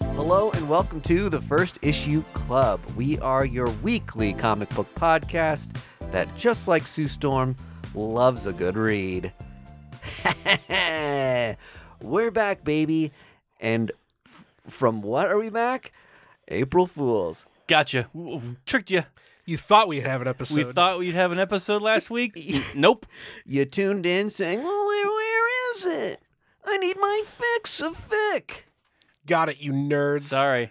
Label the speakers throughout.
Speaker 1: Hello and welcome to the First Issue Club. We are your weekly comic book podcast that, just like Sue Storm, loves a good read. We're back, baby. And f- from what are we back? April Fools.
Speaker 2: Gotcha. W- w- Tricked you.
Speaker 3: You thought we'd have an episode.
Speaker 2: We thought we'd have an episode last week. nope.
Speaker 1: You tuned in saying, well, where, where is it? I need my fix of fic.
Speaker 3: Got it, you nerds.
Speaker 2: Sorry.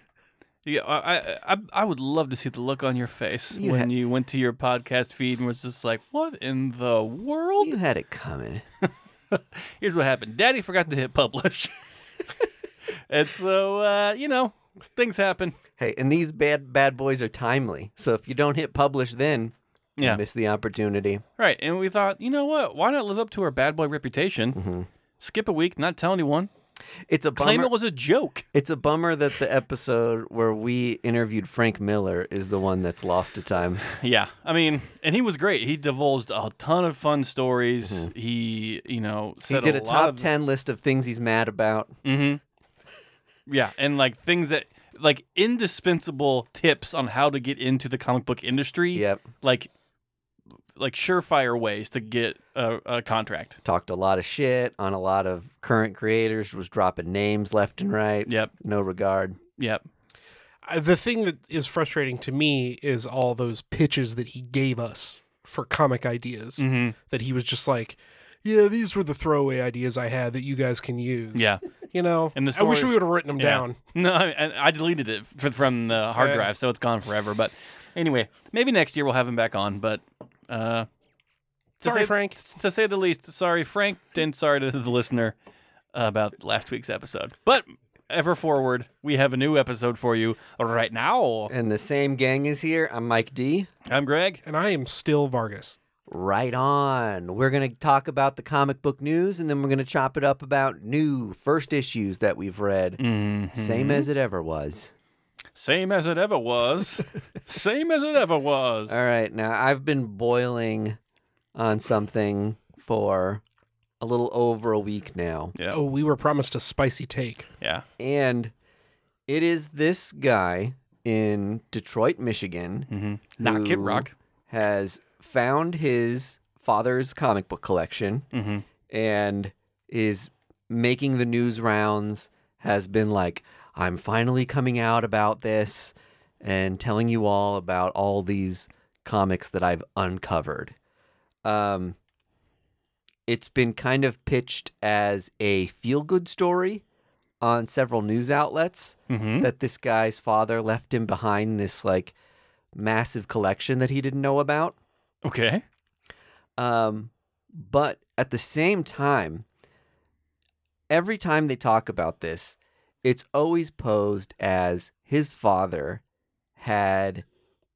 Speaker 2: Yeah, I, I I I would love to see the look on your face
Speaker 1: You
Speaker 2: when
Speaker 1: ha-
Speaker 2: you went to your podcast feed and was just like, "What in the world?"
Speaker 1: You had it coming.
Speaker 2: Here's what happened: Daddy forgot to hit publish, and so uh, you know things happen.
Speaker 1: Hey, and these bad bad boys are timely. So if you don't hit publish then, you
Speaker 2: Yeah.
Speaker 1: miss the opportunity.
Speaker 2: Right, and we thought, you know what? Why not live up to our bad boy reputation? Skip a week, not tell anyone,
Speaker 1: It's a
Speaker 2: claim
Speaker 1: bummer.
Speaker 2: it was a joke.
Speaker 1: it's a bummer that the episode where we interviewed Frank Miller is the one that's lost to time.
Speaker 2: Yeah, I mean, and he was great. He divulged a ton of fun stories. He, you know,
Speaker 1: He
Speaker 2: said
Speaker 1: did a,
Speaker 2: lot
Speaker 1: top
Speaker 2: of-
Speaker 1: 10 list of things he's mad about.
Speaker 2: Mm-hmm. Yeah, and like things that like indispensable tips on how to get into the comic book industry.
Speaker 1: Yep.
Speaker 2: Like like surefire ways to get a, a contract.
Speaker 1: Talked a lot of shit on a lot of current creators, was dropping names left and right.
Speaker 2: Yep.
Speaker 1: No regard.
Speaker 2: Yep.
Speaker 3: Uh, The thing that is frustrating to me is all those pitches that he gave us for comic ideas
Speaker 2: Mm-hmm.
Speaker 3: that he was just like, yeah, these were the throwaway ideas I had that you guys can use.
Speaker 2: Yeah.
Speaker 3: You know,
Speaker 2: And the
Speaker 3: I wish
Speaker 2: story-
Speaker 3: we would have written them
Speaker 2: Yeah.
Speaker 3: down.
Speaker 2: No, I- and I deleted it f- from the hard
Speaker 3: Yeah.
Speaker 2: drive, so it's gone forever. But anyway, maybe next year we'll have him back on. But uh, to
Speaker 3: Sorry,
Speaker 2: say-
Speaker 3: Frank.
Speaker 2: s- to say the least, sorry, Frank, and sorry to the listener about last week's episode. But ever forward, we have a new episode for you right now.
Speaker 1: And the same gang is here. I'm Mike D.
Speaker 2: I'm Greg.
Speaker 3: And I am still Vargas.
Speaker 1: Right on. We're going to talk about the comic book news and then we're going to chop it up about new first issues that we've read.
Speaker 2: Mm-hmm.
Speaker 1: Same as it ever was.
Speaker 2: Same as it ever was. Same as it ever was.
Speaker 1: All right. Now, I've been boiling on something for a little over a week now.
Speaker 2: Yeah.
Speaker 3: Oh, we were promised a spicy take.
Speaker 2: Yeah.
Speaker 1: And it is this guy in Detroit, Michigan,
Speaker 2: Mm-hmm. Not Kid
Speaker 1: who
Speaker 2: Rock.
Speaker 1: has found his father's comic book collection
Speaker 2: Mm-hmm.
Speaker 1: and is making the news rounds has been like i'm finally coming out about this and telling you all about all these comics that i've uncovered um, it's been kind of pitched as a feel-good story on several news outlets
Speaker 2: Mm-hmm.
Speaker 1: that this guy's father left him behind this like massive collection that he didn't know about.
Speaker 2: Okay.
Speaker 1: Um, but at the same time, every time they talk about this, it's always posed as his father had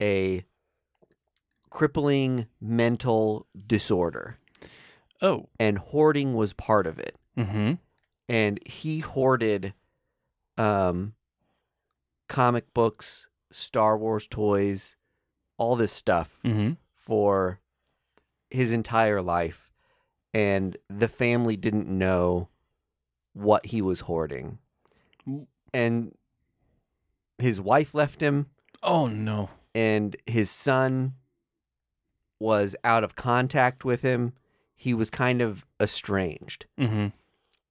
Speaker 1: a crippling mental disorder
Speaker 2: Oh.
Speaker 1: and hoarding was part of it
Speaker 2: Mm-hmm.
Speaker 1: and he hoarded um comic books, Star Wars toys, all this stuff
Speaker 2: Mm-hmm.
Speaker 1: for his entire life and the family didn't know what he was hoarding.
Speaker 2: Mm.
Speaker 1: And his wife left him
Speaker 2: Oh no.
Speaker 1: and his son was out of contact with him. He was kind of estranged.
Speaker 2: Mm-hmm.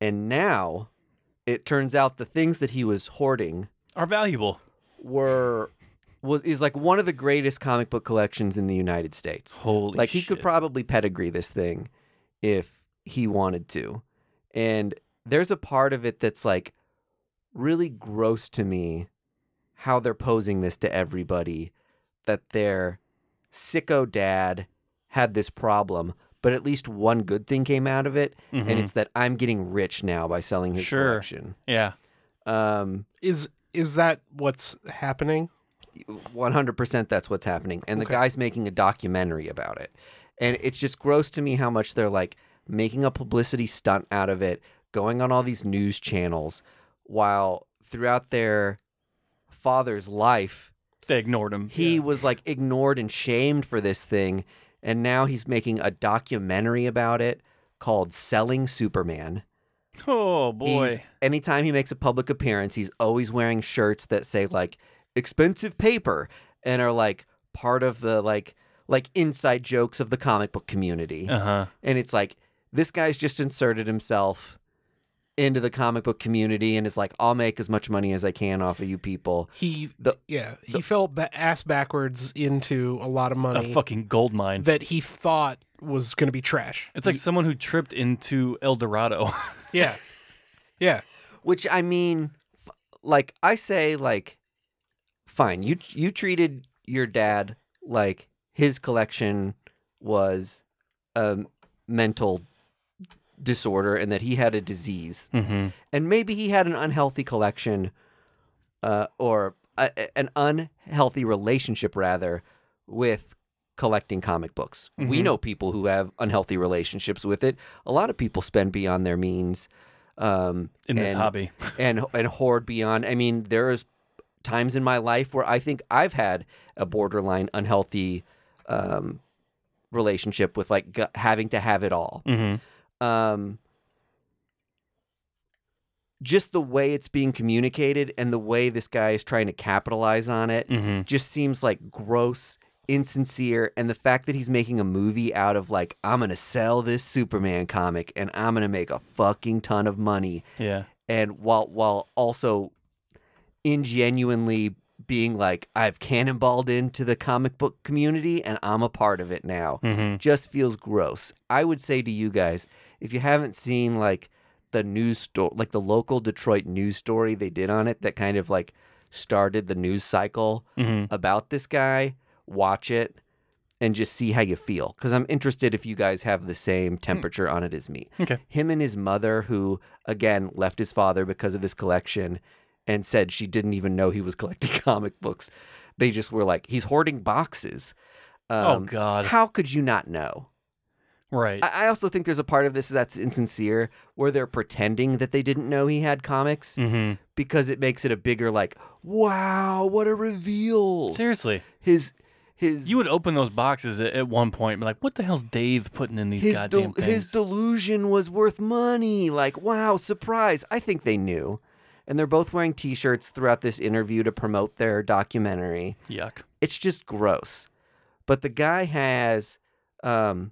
Speaker 1: And now it turns out the things that he was hoarding
Speaker 2: Are valuable.
Speaker 1: were was is like one of the greatest comic book collections in the United States.
Speaker 2: Holy
Speaker 1: like he
Speaker 2: shit.
Speaker 1: could probably pedigree this thing if he wanted to. And there's a part of it that's like really gross to me how they're posing this to everybody that their sicko dad had this problem, but at least one good thing came out of it, and it's that I'm getting rich now by selling his
Speaker 2: Mm-hmm. Sure.
Speaker 1: collection.
Speaker 2: Yeah.
Speaker 1: Um,
Speaker 3: Is is that what's happening?
Speaker 1: 100% that's what's happening and the
Speaker 3: Okay.
Speaker 1: guy's making a documentary about it and it's just gross to me how much they're like making a publicity stunt out of it going on all these news channels while throughout their father's life
Speaker 2: They ignored him.
Speaker 1: he was like ignored and shamed for this thing and now he's making a documentary about it called selling superman
Speaker 2: Oh boy.
Speaker 1: He's- anytime he makes a public appearance, he's always wearing shirts that say like expensive paper and are like part of the like like inside jokes of the comic book community.
Speaker 2: Uh huh.
Speaker 1: And it's like this guy's just inserted himself into the comic book community and is like I'll make as much money as I can off of you people.
Speaker 3: He
Speaker 1: The-
Speaker 3: yeah he fell ba- ass backwards into a lot of
Speaker 2: A
Speaker 3: money
Speaker 2: fucking gold mine.
Speaker 3: that he thought was going to be trash.
Speaker 2: it's like someone who tripped into El Dorado.
Speaker 3: Yeah, yeah.
Speaker 1: Which I mean, f- like I say, like, fine, you you treated your dad like his collection was a mental disorder and that he had a disease,
Speaker 2: mm-hmm.
Speaker 1: and maybe he had an unhealthy collection, uh, or a, a- an unhealthy relationship rather with collecting comic books. We
Speaker 2: Mhm.
Speaker 1: know people who have unhealthy relationships with it. A lot of people spend beyond their means. Um,
Speaker 2: In this
Speaker 1: and-
Speaker 2: hobby.
Speaker 1: and and hoard beyond. I mean, there is times in my life where I think I've had a borderline unhealthy um, relationship with like g- having to have it all.
Speaker 2: Mm-hmm.
Speaker 1: Um, just the way it's being communicated and the way this guy is trying to capitalize on it
Speaker 2: Mm-hmm.
Speaker 1: just seems like gross, insincere, and the fact that he's making a movie out of like I'm gonna sell this Superman comic and I'm gonna make a fucking ton of money
Speaker 2: Yeah.
Speaker 1: and while while also ingenuinely being like I've cannonballed into the comic book community and I'm a part of it now
Speaker 2: Mm-hmm.
Speaker 1: just feels gross. I would say to you guys if you haven't seen like the news story like the local Detroit news story they did on it that kind of like started the news cycle
Speaker 2: Mm-hmm.
Speaker 1: about this guy, watch it and just see how you feel cuz I'm interested if you guys have the same temperature on it as me
Speaker 2: Okay.
Speaker 1: him and his mother, who again left his father because of this collection and said she didn't even know he was collecting comic books. They just were like, he's hoarding boxes.
Speaker 2: oh God.
Speaker 1: Um, How could you not know?
Speaker 2: right.
Speaker 1: I I also think there's a part of this that's insincere where they're pretending that they didn't know he had comics
Speaker 2: mm-hmm.
Speaker 1: because it makes it a bigger, like, wow, what a reveal.
Speaker 2: Seriously,
Speaker 1: His, his,
Speaker 2: you would open those boxes at, at one point, and be like, "What the hell's Dave putting in these
Speaker 1: his,
Speaker 2: goddamn
Speaker 1: del-
Speaker 2: things?"
Speaker 1: his delusion was worth money. Like, wow, surprise. I think they knew. And they're both wearing t shirts throughout this interview to promote their documentary.
Speaker 2: Yuck.
Speaker 1: It's just gross. But the guy has um,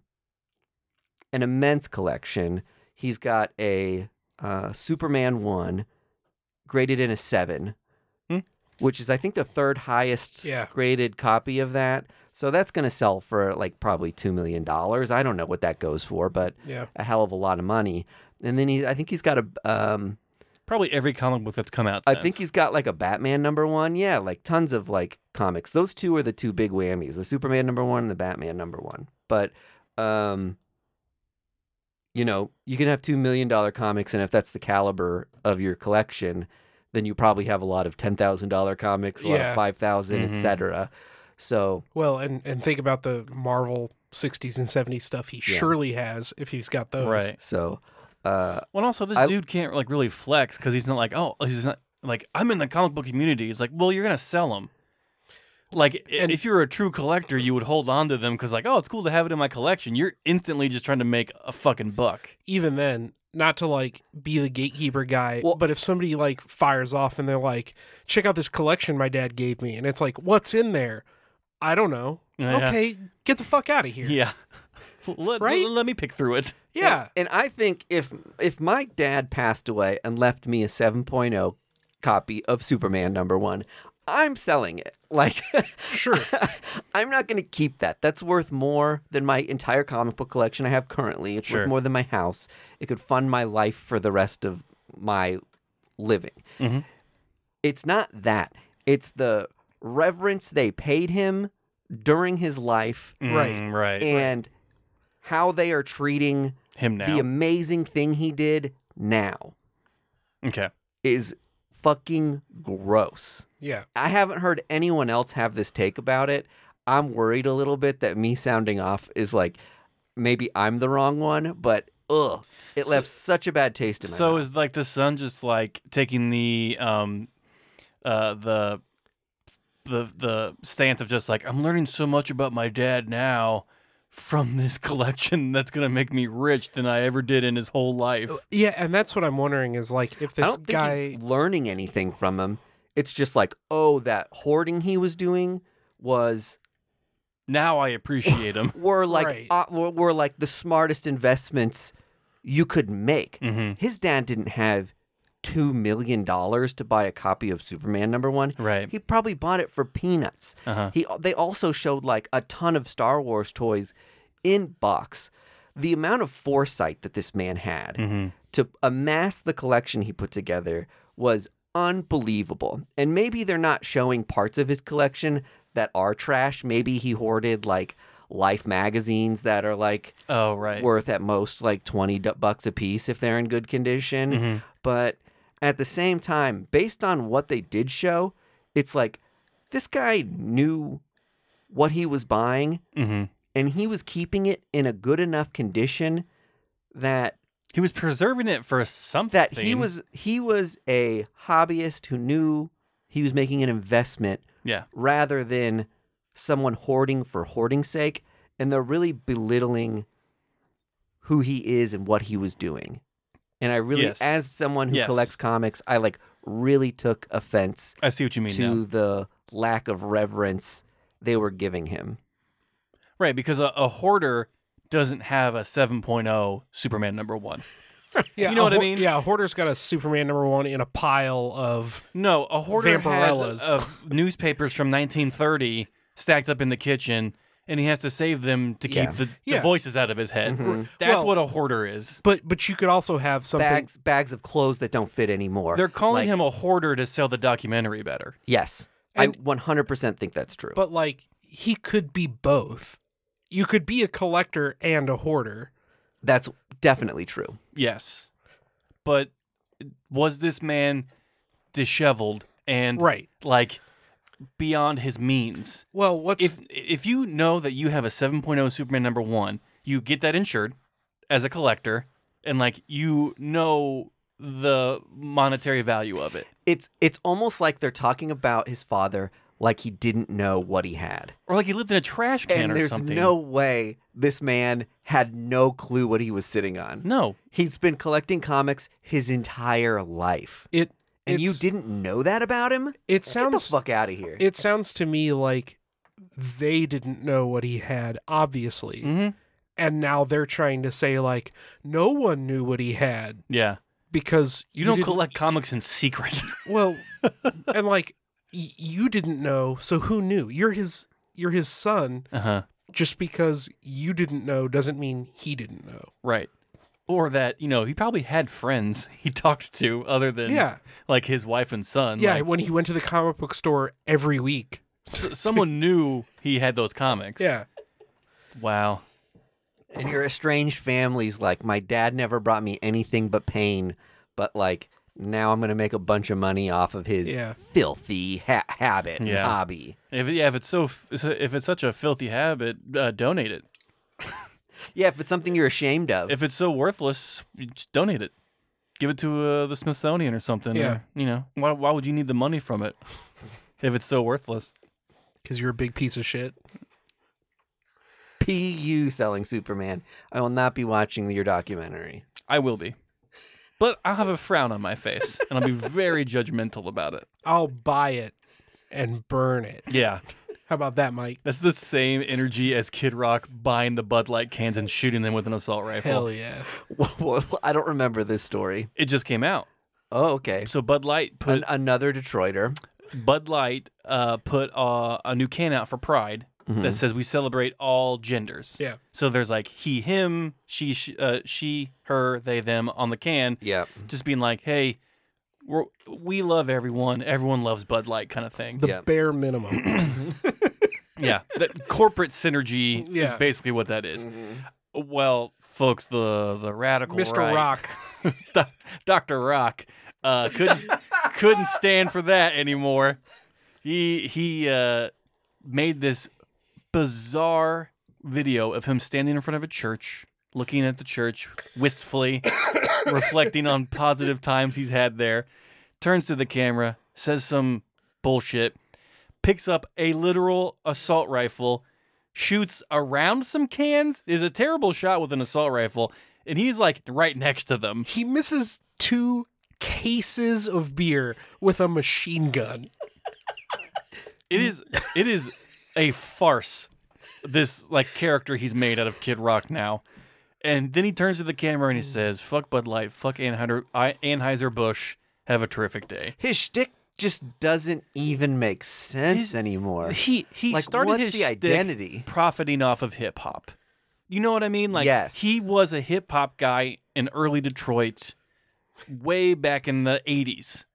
Speaker 1: an immense collection. He's got a uh, Superman 1 graded in a 7,
Speaker 2: Hmm.
Speaker 1: which is, I think, the third highest
Speaker 3: Yeah.
Speaker 1: graded copy of that. So that's going to sell for like probably $2 million. I don't know what that goes for, but
Speaker 3: Yeah.
Speaker 1: a hell of a lot of money. And then he, I think he's got a, um,
Speaker 2: Probably every comic book that's come out.
Speaker 1: I
Speaker 2: since.
Speaker 1: think he's got like a Batman number one. Yeah, like tons of like comics. Those two are the two big whammies: the Superman number one and the Batman number one. But, um, you know, you can have two million dollar comics, and if that's the caliber of your collection, then you probably have a lot of ten thousand dollar comics, a lot
Speaker 3: Yeah.
Speaker 1: of five thousand,
Speaker 2: Mhm.
Speaker 1: etc. So
Speaker 3: Well, and and think about the Marvel '60s and '70s stuff he
Speaker 1: Yeah.
Speaker 3: surely has if he's got those.
Speaker 2: right.
Speaker 1: so. Uh,
Speaker 2: Well, also this
Speaker 1: I-
Speaker 2: dude can't like really flex because he's not like, oh, he's not like I'm in the comic book community. He's like, well, you're gonna sell them. Like, i-
Speaker 3: And-
Speaker 2: if you're a true collector, you would hold on to them because, like, oh, it's cool to have it in my collection. You're instantly just trying to make a fucking buck.
Speaker 3: Even then, not to like be the gatekeeper guy,
Speaker 1: Well-
Speaker 3: but if somebody like fires off and they're like, "Check out this collection my dad gave me," and it's like, "What's in there?" I don't know.
Speaker 2: Yeah.
Speaker 3: Okay, get the fuck out of here.
Speaker 2: Yeah. let,
Speaker 3: Right?
Speaker 2: Let, let me pick through it.
Speaker 3: Yeah.
Speaker 1: And, and I think if if my dad passed away and left me a 7.0 copy of Superman number 1, I'm selling it. Like
Speaker 3: Sure.
Speaker 1: I'm not going to keep that. That's worth more than my entire comic book collection I have currently. It's
Speaker 2: Sure.
Speaker 1: worth more than my house. It could fund my life for the rest of my living.
Speaker 2: Mhm.
Speaker 1: It's not that. It's the reverence they paid him during his life
Speaker 3: Right.
Speaker 2: Mm, right.
Speaker 1: and how they are treating
Speaker 2: Him now.
Speaker 1: the amazing thing he did now
Speaker 2: okay.
Speaker 1: is fucking gross.
Speaker 3: yeah.
Speaker 1: I haven't heard anyone else have this take about it. I'm worried a little bit that me sounding off is like maybe I'm the wrong one, but ugh, it left such a bad taste in my
Speaker 2: So
Speaker 1: mouth.
Speaker 2: is like the son just like taking the um uh the the the stance of just like I'm learning so much about my dad now from this collection that's going to make me rich than I ever did in his whole life.
Speaker 1: Oh.
Speaker 3: Yeah, and that's what I'm wondering is like if
Speaker 1: I
Speaker 3: this
Speaker 1: don't think
Speaker 3: guy
Speaker 1: he's learning anything from him. It's just like, oh, that hoarding he was doing was
Speaker 2: Now I appreciate him.
Speaker 1: were like
Speaker 3: Right.
Speaker 1: uh, were, were like the smartest investments you could make.
Speaker 3: Mm-hmm.
Speaker 2: Mhm.
Speaker 1: His dad didn't have two million dollars to buy a copy of Superman number one.
Speaker 2: Right.
Speaker 1: He probably bought it for peanuts.
Speaker 2: Uh-huh.
Speaker 1: He they also showed like a ton of Star Wars toys in box. The amount of foresight that this man had
Speaker 2: Mm-hmm.
Speaker 1: to amass the collection he put together was unbelievable. And maybe they're not showing parts of his collection that are trash. Maybe he hoarded like Life magazines that are like
Speaker 2: Oh, right.
Speaker 1: worth at most like 20 du- bucks a piece if they're in good condition. But at the same time, based on what they did show, it's like this guy knew what he was buying
Speaker 2: hmm
Speaker 1: and he was keeping it in a good enough condition that
Speaker 2: He was preserving it for something.
Speaker 1: that he was he was a hobbyist who knew he was making an investment
Speaker 2: Yeah.
Speaker 1: rather than someone hoarding for hoarding's sake and they're really belittling who he is and what he was doing and i really
Speaker 2: Yes.
Speaker 1: as someone who
Speaker 2: Yes.
Speaker 1: collects comics i like really took offense
Speaker 2: I see what you mean now.
Speaker 1: to the lack of reverence they were giving him
Speaker 2: Right, because a, a hoarder doesn't have a 7.0 Superman number one.
Speaker 3: yeah,
Speaker 2: you know
Speaker 3: a
Speaker 2: what I
Speaker 3: hoar-
Speaker 2: mean?
Speaker 3: Yeah, a hoarder's got a Superman number one in a pile of
Speaker 2: No, a hoarder has
Speaker 3: Vampirellas.
Speaker 2: uh, newspapers from 1930 stacked up in the kitchen, and he has to save them to keep
Speaker 1: Yeah.
Speaker 2: the, the
Speaker 3: Yeah. Mm-hmm.
Speaker 2: voices out of his head. That's
Speaker 3: Well-
Speaker 2: what a hoarder is.
Speaker 3: but but you could also have something
Speaker 1: bags bags of clothes that don't fit anymore
Speaker 2: They're calling
Speaker 1: Like,
Speaker 2: him a hoarder to sell the documentary better.
Speaker 1: yes i 100% think that's true
Speaker 3: but like he could be both. You could be a collector and a hoarder.
Speaker 1: that's definitely true
Speaker 2: Yes. But was this man disheveled and
Speaker 3: Right.
Speaker 2: like beyond his means?
Speaker 3: Well, what's
Speaker 2: if if you know that you have a 7.0 Superman number 1, you get that insured as a collector and like you know the monetary value of it.
Speaker 1: it's it's almost like they're talking about his father like he didn't know what he had.
Speaker 2: Or like you lived in a trash can
Speaker 1: and
Speaker 2: or
Speaker 1: there's
Speaker 2: something.
Speaker 1: no way this man had no clue what he was sitting on.
Speaker 3: Mm-hmm.
Speaker 2: No.
Speaker 1: He's been collecting comics his entire life.
Speaker 3: it
Speaker 1: And you
Speaker 3: it's-
Speaker 1: didn't know that about him?
Speaker 3: it
Speaker 1: Get the
Speaker 3: sounds
Speaker 1: fuck out of here.
Speaker 3: it sounds to me like they didn't know what he had obviously.
Speaker 1: Mm-hmm.
Speaker 2: Mhm.
Speaker 3: And now they're trying to say like no one knew what he had
Speaker 2: Yeah.
Speaker 3: because
Speaker 2: You, don't
Speaker 3: didn't-
Speaker 2: collect comics in secret.
Speaker 3: Well, and like y- you didn't know, so who knew? You're his you're his son.
Speaker 2: uh-huh.
Speaker 3: Just because you didn't know doesn't mean he didn't know.
Speaker 2: Right. Or that, you know, he probably had friends he talked to other than
Speaker 3: Yeah.
Speaker 2: like his wife and son.
Speaker 3: Yeah,
Speaker 2: Like,
Speaker 3: when he went to the comic book store every week.
Speaker 2: s- someone knew he had those comics.
Speaker 3: Yeah.
Speaker 2: Wow.
Speaker 1: and your estranged family's like, my dad never brought me anything but pain, but like now I'm gonna make a bunch of money off of his
Speaker 3: Yeah.
Speaker 1: filthy ha- habit and
Speaker 2: Yeah.
Speaker 1: hobby.
Speaker 2: If yeah, if it's so f- if it's such a filthy habit, uh, donate it.
Speaker 1: Yeah, if it's something you're ashamed of.
Speaker 2: If it's so worthless, you just donate it. Give it to uh, the Smithsonian or something. or,
Speaker 3: Yeah.
Speaker 2: you know, why why would you need the money from it if it's so worthless?
Speaker 3: Because you're a big piece of shit.
Speaker 1: PU selling Superman. I will not be watching your documentary.
Speaker 2: I will be. But I'll have a frown on my face and I'll be very judgmental about it.
Speaker 3: I'll buy it and burn it.
Speaker 2: Yeah.
Speaker 3: How about that, Mike?
Speaker 2: That's the same energy as Kid Rock buying the Bud Light cans and shooting them with an assault rifle.
Speaker 3: Hell yeah.
Speaker 1: Well, I don't remember this story.
Speaker 2: It just came out.
Speaker 1: Oh, okay.
Speaker 2: So Bud Light put
Speaker 1: An- another Detroiter.
Speaker 2: Bud Light uh, put uh, a new can out for Pride
Speaker 3: Mm-hmm.
Speaker 2: that says we celebrate all genders.
Speaker 3: Yeah.
Speaker 2: So there's like he, him, she, she, uh, she her, they, them on the can.
Speaker 1: Yeah.
Speaker 2: Just being like, hey, we're, we love everyone. Everyone loves Bud Light kind of thing.
Speaker 3: The
Speaker 1: Yeah.
Speaker 3: bare minimum.
Speaker 2: yeah. That corporate synergy is
Speaker 3: Yeah. Mm-hmm.
Speaker 2: basically what that is. Well, folks, the, the radical
Speaker 3: Mr.
Speaker 2: right-
Speaker 3: Rock.
Speaker 2: Do- Dr. Rock uh, couldn't couldn't stand for that anymore. He he uh, made this bizarre video of him standing in front of a church, looking at the church wistfully, reflecting on positive times he's had there. Turns to the camera, says some bullshit, picks up a literal assault rifle, shoots around some cans is a terrible shot with an assault rifle, and he's like right next to them.
Speaker 3: He misses two cases of beer with a machine gun.
Speaker 2: It is it is a farce. This like character he's made out of Kid Rock now. And then he turns to the camera and he says, "Fuck Bud Light, fuck Anheuser Anheuser Busch. Have a terrific day."
Speaker 1: His shtick just doesn't even make sense anymore.
Speaker 2: He he
Speaker 1: Like,
Speaker 2: started
Speaker 1: what's
Speaker 2: his
Speaker 1: the
Speaker 2: shtick
Speaker 1: identity?
Speaker 2: profiting off of hip hop. You know what I mean? Like
Speaker 1: Yes.
Speaker 2: he was a hip hop guy in early Detroit, way back in the eighties.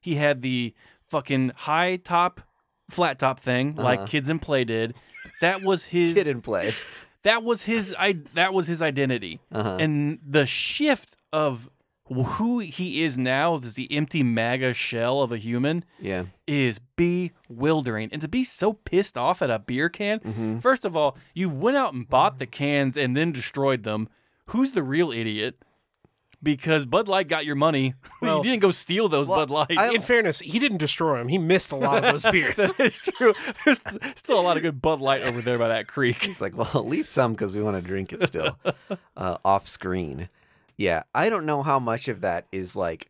Speaker 2: He had the fucking high top, flat top thing, like Kids in Play did. That was his
Speaker 1: Kid and play.
Speaker 2: that was his I, that was his identity
Speaker 1: Uh-huh.
Speaker 2: and the shift of who he is now this the empty maga shell of a human
Speaker 1: Yeah.
Speaker 2: is bewildering and to be so pissed off at a beer can
Speaker 1: Mm-hmm.
Speaker 2: first of all you went out and bought the cans and then destroyed them who's the real idiot because bud light got your money
Speaker 3: Well-
Speaker 2: you didn't go steal those bud lights
Speaker 1: I-
Speaker 3: In fairness, he didn't destroy him. He missed a lot of those beers.
Speaker 2: it's true there's still a lot of good bud light over there by that creek
Speaker 1: It's like, well, leave some because we want to drink it still uh, off screen. Yeah, I don't know how much of that is like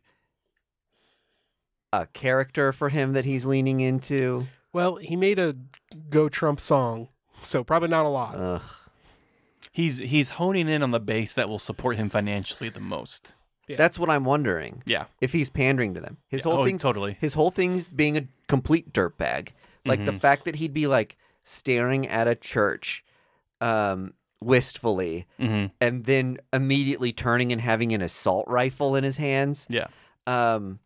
Speaker 1: a character for him that he's leaning into.
Speaker 3: well, he made a Go Trump song, so probably not a
Speaker 2: Uh,
Speaker 3: lot.
Speaker 1: Ugh.
Speaker 2: He's he's honing in on the base that will support him financially the most.
Speaker 3: Yeah.
Speaker 1: That's what I'm wondering.
Speaker 2: Yeah.
Speaker 1: If he's pandering to them, his whole
Speaker 2: Oh,
Speaker 1: thing,
Speaker 2: totally.
Speaker 1: his whole thing's being a complete dirtbag. Like the fact that he'd be like staring at a church, um, wistfully,
Speaker 2: Mhm.
Speaker 1: and then immediately turning and having an assault rifle in his hands.
Speaker 2: Yeah.
Speaker 1: um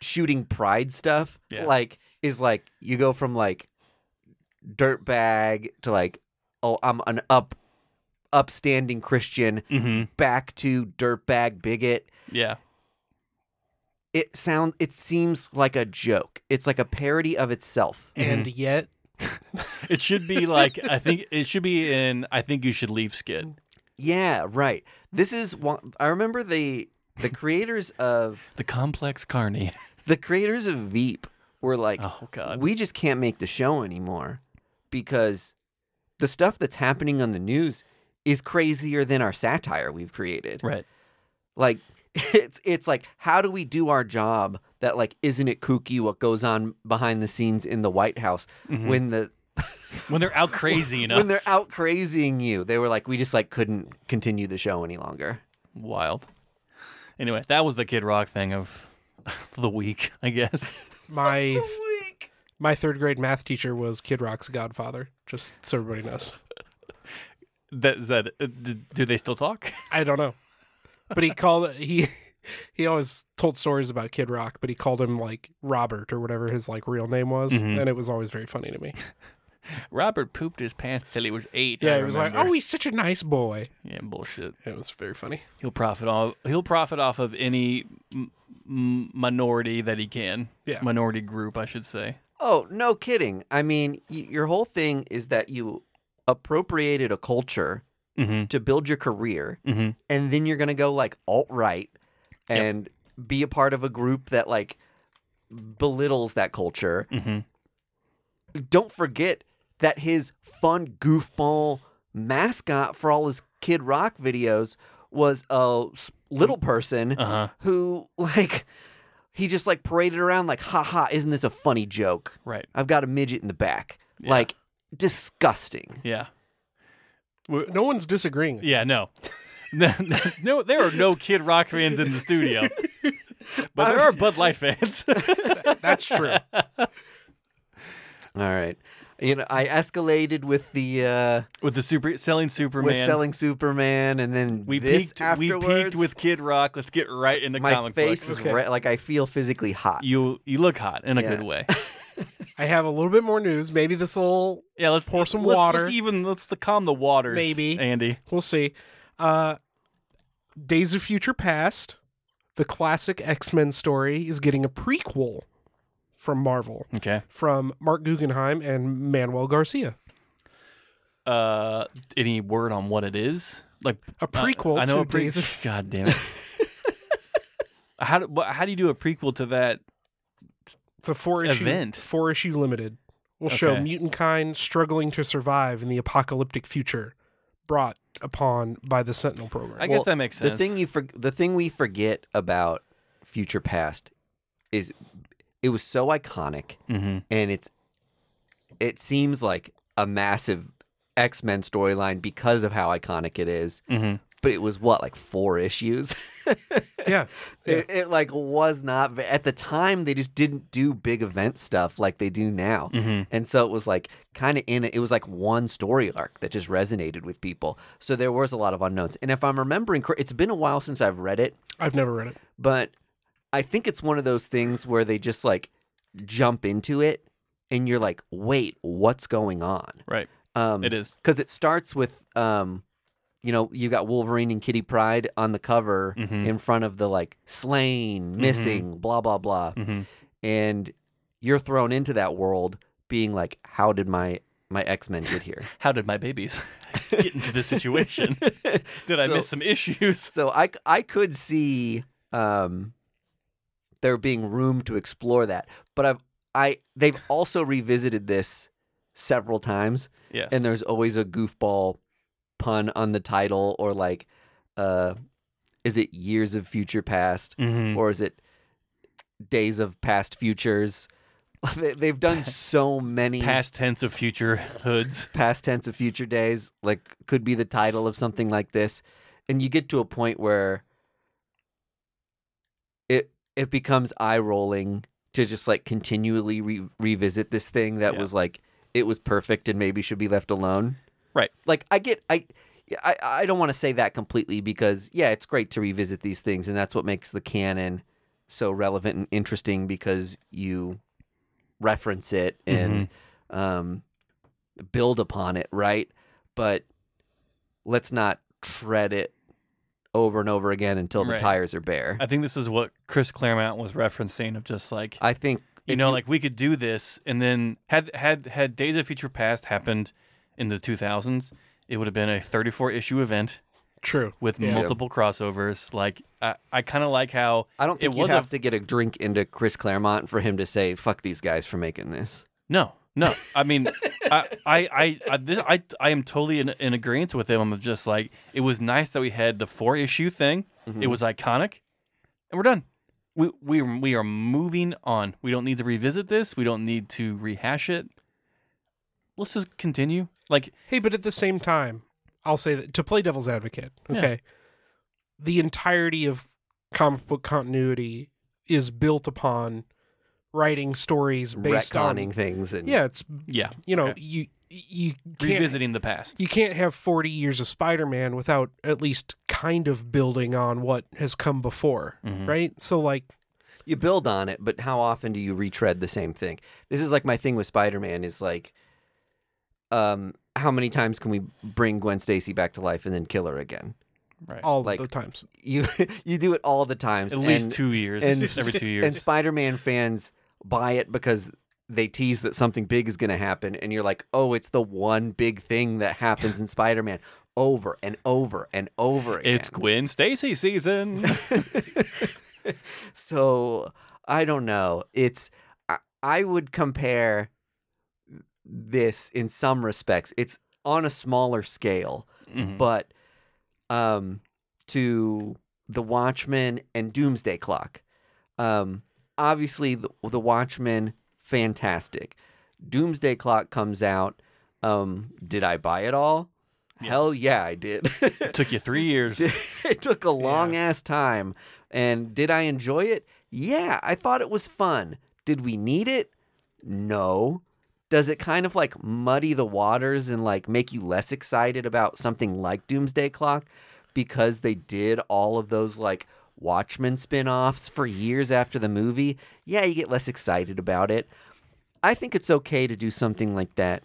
Speaker 1: shooting pride stuff
Speaker 2: Yeah.
Speaker 1: like is like you go from like dirtbag to like oh I'm an up upstanding Christian
Speaker 2: Mm-hmm.
Speaker 1: back to dirtbag bigot
Speaker 2: Yeah.
Speaker 1: it sound it seems like a joke it's like a parody of itself
Speaker 3: And yet,
Speaker 2: It should be like I think it should be in I think you should leave skid.
Speaker 1: yeah right this is one I remember the the creators of
Speaker 2: The complex carney.
Speaker 1: the creators of Veep were like
Speaker 2: Oh god.
Speaker 1: we just can't make the show anymore because the stuff that's happening on the news is crazier than our satire we've created.
Speaker 2: right.
Speaker 1: Like it's it's like how do we do our job that like isn't it kooky what goes on behind the scenes in the White House
Speaker 2: Mm-hmm.
Speaker 1: when the
Speaker 2: When they're out crazy enough.
Speaker 1: when they're out crazying you. They were like we just like couldn't continue the show any longer.
Speaker 2: wild. Anyway, that was the Kid Rock thing of the week, I guess.
Speaker 3: my my third grade math teacher was Kid Rock's godfather. Just so everybody knows.
Speaker 2: That is that. uh, d- Do they still talk?
Speaker 3: I don't know, but he called he he always told stories about Kid Rock, but he called him like Robert or whatever his like real name was,
Speaker 2: Mm-hmm.
Speaker 3: and it was always very funny to me.
Speaker 2: Robert pooped his pants till he was eight.
Speaker 3: Yeah,
Speaker 2: I
Speaker 3: it was like,
Speaker 2: remember.
Speaker 3: oh, he's such a nice boy.
Speaker 2: yeah, bullshit.
Speaker 3: It was very funny.
Speaker 2: He'll profit off. He'll profit off of any m- m- minority that he can.
Speaker 3: Yeah.
Speaker 2: Minority group, I should say.
Speaker 1: Oh, no kidding. I mean, y- your whole thing is that you appropriated a culture
Speaker 2: Mhm.
Speaker 1: to build your career,
Speaker 2: Mhm.
Speaker 1: and then you're going to go like alt right and be a part of a group that like belittles that culture. Don't forget that his fun goofball mascot for all his Kid Rock videos was a s- little person
Speaker 2: Uh-huh.
Speaker 1: who like he just like paraded around like haha isn't this a funny joke
Speaker 2: Right.
Speaker 1: I've got a midget in the back. Like disgusting.
Speaker 2: Yeah.
Speaker 3: No one's disagreeing.
Speaker 2: Yeah. No. no. No. There are no Kid Rock fans in the studio, but there are Bud Light fans.
Speaker 3: That's true.
Speaker 1: All right. You know, I escalated with the uh
Speaker 2: With the super selling Superman,
Speaker 1: with selling Superman and then
Speaker 2: we
Speaker 1: this
Speaker 2: peaked.
Speaker 1: afterwards.
Speaker 2: We peaked with Kid Rock. Let's get right into
Speaker 1: my
Speaker 2: comic
Speaker 1: face
Speaker 2: books.
Speaker 1: is red, like I feel physically hot.
Speaker 2: You you look hot in a
Speaker 1: Yeah.
Speaker 2: good way.
Speaker 3: I have a little bit more news. Maybe this will
Speaker 2: Yeah, let's
Speaker 3: Pour some
Speaker 2: let's-
Speaker 3: water.
Speaker 2: Let's even let's calm the waters.
Speaker 3: Maybe.
Speaker 2: Andy.
Speaker 3: we'll see. Uh, Days of Future Past, the classic X Men story, is getting a prequel from Marvel
Speaker 2: Okay.
Speaker 3: from Mark Guggenheim and Manuel Garcia.
Speaker 2: uh any word on what it is? Like
Speaker 3: A prequel
Speaker 2: I know
Speaker 3: to
Speaker 2: a pre-
Speaker 3: Days of-
Speaker 2: God damn it. how do wha- how do you do a prequel to that?
Speaker 3: It's a four issue
Speaker 2: Event.
Speaker 3: four issue limited will show
Speaker 2: Okay.
Speaker 3: mutant kind struggling to survive in the apocalyptic future brought upon by the Sentinel program.
Speaker 2: I
Speaker 1: Well,
Speaker 2: guess that makes sense.
Speaker 1: The thing you for, the thing we forget about Future Past is it was so iconic
Speaker 2: Mhm.
Speaker 1: and it's it seems like a massive X-Men storyline because of how iconic it is.
Speaker 2: Mhm.
Speaker 1: But it was what like four issues.
Speaker 3: yeah.
Speaker 1: It, it like was not ve- at the time they just didn't do big event stuff like they do now, and so it was like kind of in it was like one story arc that just resonated with people. So there was a lot of unknowns, and if I'm remembering, cor- it's been a while since I've read it,
Speaker 3: I've never read it.
Speaker 1: but I think it's one of those things where they just like jump into it, and you're like, wait, what's going on?
Speaker 2: Right.
Speaker 1: Um,
Speaker 2: It is.
Speaker 1: because it starts with um you know you got wolverine and kitty pride on the cover in front of the like slain missing blah blah blah and you're thrown into that world being like how did my my x-men get here
Speaker 2: How did my babies get into this situation? Did I
Speaker 1: So-
Speaker 2: miss some issues?
Speaker 1: so i c- i could see um there being room to explore that but i've i they've also revisited this several times
Speaker 2: Yes.
Speaker 1: and there's always a goofball pun on the title or like uh is it years of future past
Speaker 2: Mhm.
Speaker 1: or is it days of past futures They- they've done so many
Speaker 2: past tense of future hoods.
Speaker 1: past tense of future days like could be the title of something like this and you get to a point where it it becomes eye rolling to just like continually re- revisit this thing that
Speaker 2: Yeah.
Speaker 1: was like it was perfect and maybe should be left alone
Speaker 2: Right.
Speaker 1: like i get i i, I don't want to say that completely because yeah it's great to revisit these things and that's what makes the canon so relevant and interesting because you reference it and
Speaker 2: Mm-hmm.
Speaker 1: um, build upon it, right? But let's not tread it over and over again until the
Speaker 2: Right.
Speaker 1: tires are bare.
Speaker 2: I think this is what Chris Claremont was referencing of just like
Speaker 1: I think
Speaker 2: you
Speaker 1: if
Speaker 2: know, like we could do this, and then had had had Days of Future Past happened in the 2000s, it would have been a 34 issue event
Speaker 3: True.
Speaker 2: with
Speaker 3: Yeah.
Speaker 2: multiple crossovers. Like I, I kind of like how
Speaker 1: I don't think
Speaker 2: it
Speaker 1: you
Speaker 2: was
Speaker 1: have
Speaker 2: a,
Speaker 1: to get a drink into Chris Claremont for him to say "fuck these guys" for making this.
Speaker 2: no, no. I mean, I I I I, this, I I am totally in in agreement with him. I'm just like it was nice that we had the four issue thing. It was iconic, and we're done. We we we are moving on. We don't need to revisit this. We don't need to rehash it. Let's just continue. Like
Speaker 3: Hey, but at the same time, I'll say that to play devil's advocate, okay, the entirety of comic book continuity is built upon writing stories based
Speaker 1: Retconning
Speaker 3: on
Speaker 1: things and
Speaker 3: yeah, it's
Speaker 2: Yeah.
Speaker 3: you know
Speaker 2: Okay.
Speaker 3: you you can't,
Speaker 2: Revisiting the past.
Speaker 3: you can't have forty years of Spider-Man without at least kind of building on what has come before, right? So like,
Speaker 1: you build on it, but how often do you retread the same thing? This is like my thing with Spider-Man is like, um, how many times can we bring Gwen Stacy back to life and then kill her again?
Speaker 2: Right.
Speaker 3: all
Speaker 1: Like-
Speaker 3: of the times.
Speaker 1: You you do it all the times.
Speaker 2: At least
Speaker 1: and-
Speaker 2: two years.
Speaker 1: and-
Speaker 2: every two years.
Speaker 1: And Spider-Man fans buy it because they tease that something big is going to happen, and you're like, oh, it's the one big thing that happens in Spider-Man over and over and over again.
Speaker 2: it's Gwen Stacy season.
Speaker 1: so I don't know. It's I, I would compare this in some respects. It's on a smaller scale, but um, to the Watchmen and Doomsday Clock. Um, obviously, the, the Watchmen, fantastic. Doomsday Clock comes out. Um, did I buy it all? Hell yeah, I did.
Speaker 2: Took you three years.
Speaker 1: it took a long ass time. And did I enjoy it? Yeah, I thought it was fun. Did we need it? No. Does it kind of like muddy the waters and like make you less excited about something like Doomsday Clock because they did all of those like Watchmen spin-offs for years after the movie? Yeah, you get less excited about it. I think it's okay to do something like that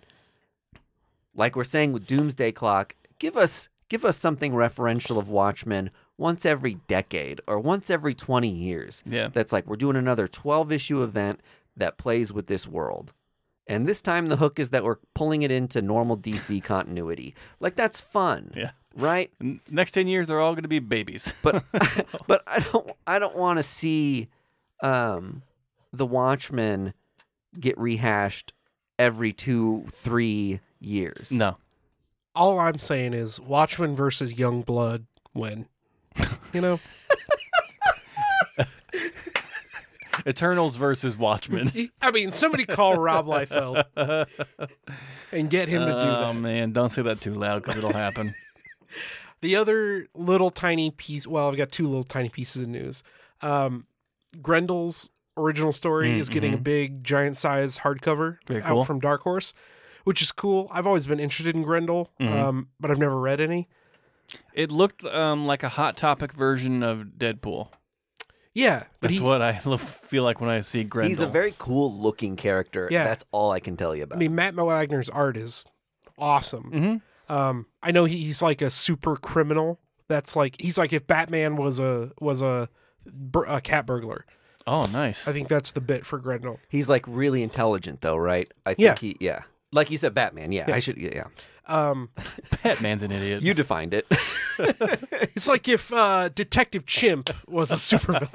Speaker 1: like we're saying with Doomsday Clock, give us give us something referential of Watchmen once every decade or once every 20 years.
Speaker 2: Yeah.
Speaker 1: That's like we're doing another 12 issue event that plays with this world. And this time the hook is that we're pulling it into normal DC continuity. Like that's fun.
Speaker 2: Yeah.
Speaker 1: Right?
Speaker 2: N- Next ten years, they're all going to be babies.
Speaker 1: but but I don't I don't want to see um, the Watchmen get rehashed every two, three years.
Speaker 2: No.
Speaker 3: All I'm saying is Watchmen versus Young Blood win. You know,
Speaker 2: Eternals versus Watchmen.
Speaker 3: I mean, somebody call Rob Liefeld and get him to do
Speaker 2: Oh
Speaker 3: that.
Speaker 2: man, don't say that too loud because it'll happen.
Speaker 3: The other little tiny piece. Well, I've got two little tiny pieces of news. Um, Grendel's original story is getting a big, giant size hardcover
Speaker 2: Mm-hmm. Very
Speaker 3: out
Speaker 2: cool.
Speaker 3: from Dark Horse, which is cool. I've always been interested in Grendel,
Speaker 2: Mm-hmm.
Speaker 3: um, but I've never read any.
Speaker 2: it looked um, like a hot topic version of Deadpool.
Speaker 3: Yeah, but
Speaker 2: That's
Speaker 3: he,
Speaker 2: what I lo- feel like when I see Grendel.
Speaker 1: He's a very cool looking character.
Speaker 3: Yeah.
Speaker 1: That's all I can tell you about.
Speaker 3: I mean, Matt Wagner's art is awesome.
Speaker 2: Mhm.
Speaker 3: Um, I know he- he's like a super criminal. That's like he's like if Batman was a was a, bur- a cat burglar.
Speaker 2: oh nice.
Speaker 3: I think that's the bit for Grendel.
Speaker 1: He's like really intelligent though, right? I think
Speaker 3: Yeah.
Speaker 1: he yeah. Like you said, Batman. Yeah, I should. Yeah, yeah.
Speaker 3: Um,
Speaker 2: Batman's an idiot.
Speaker 1: you defined it.
Speaker 3: It's like if uh, Detective Chimp was a supervillain.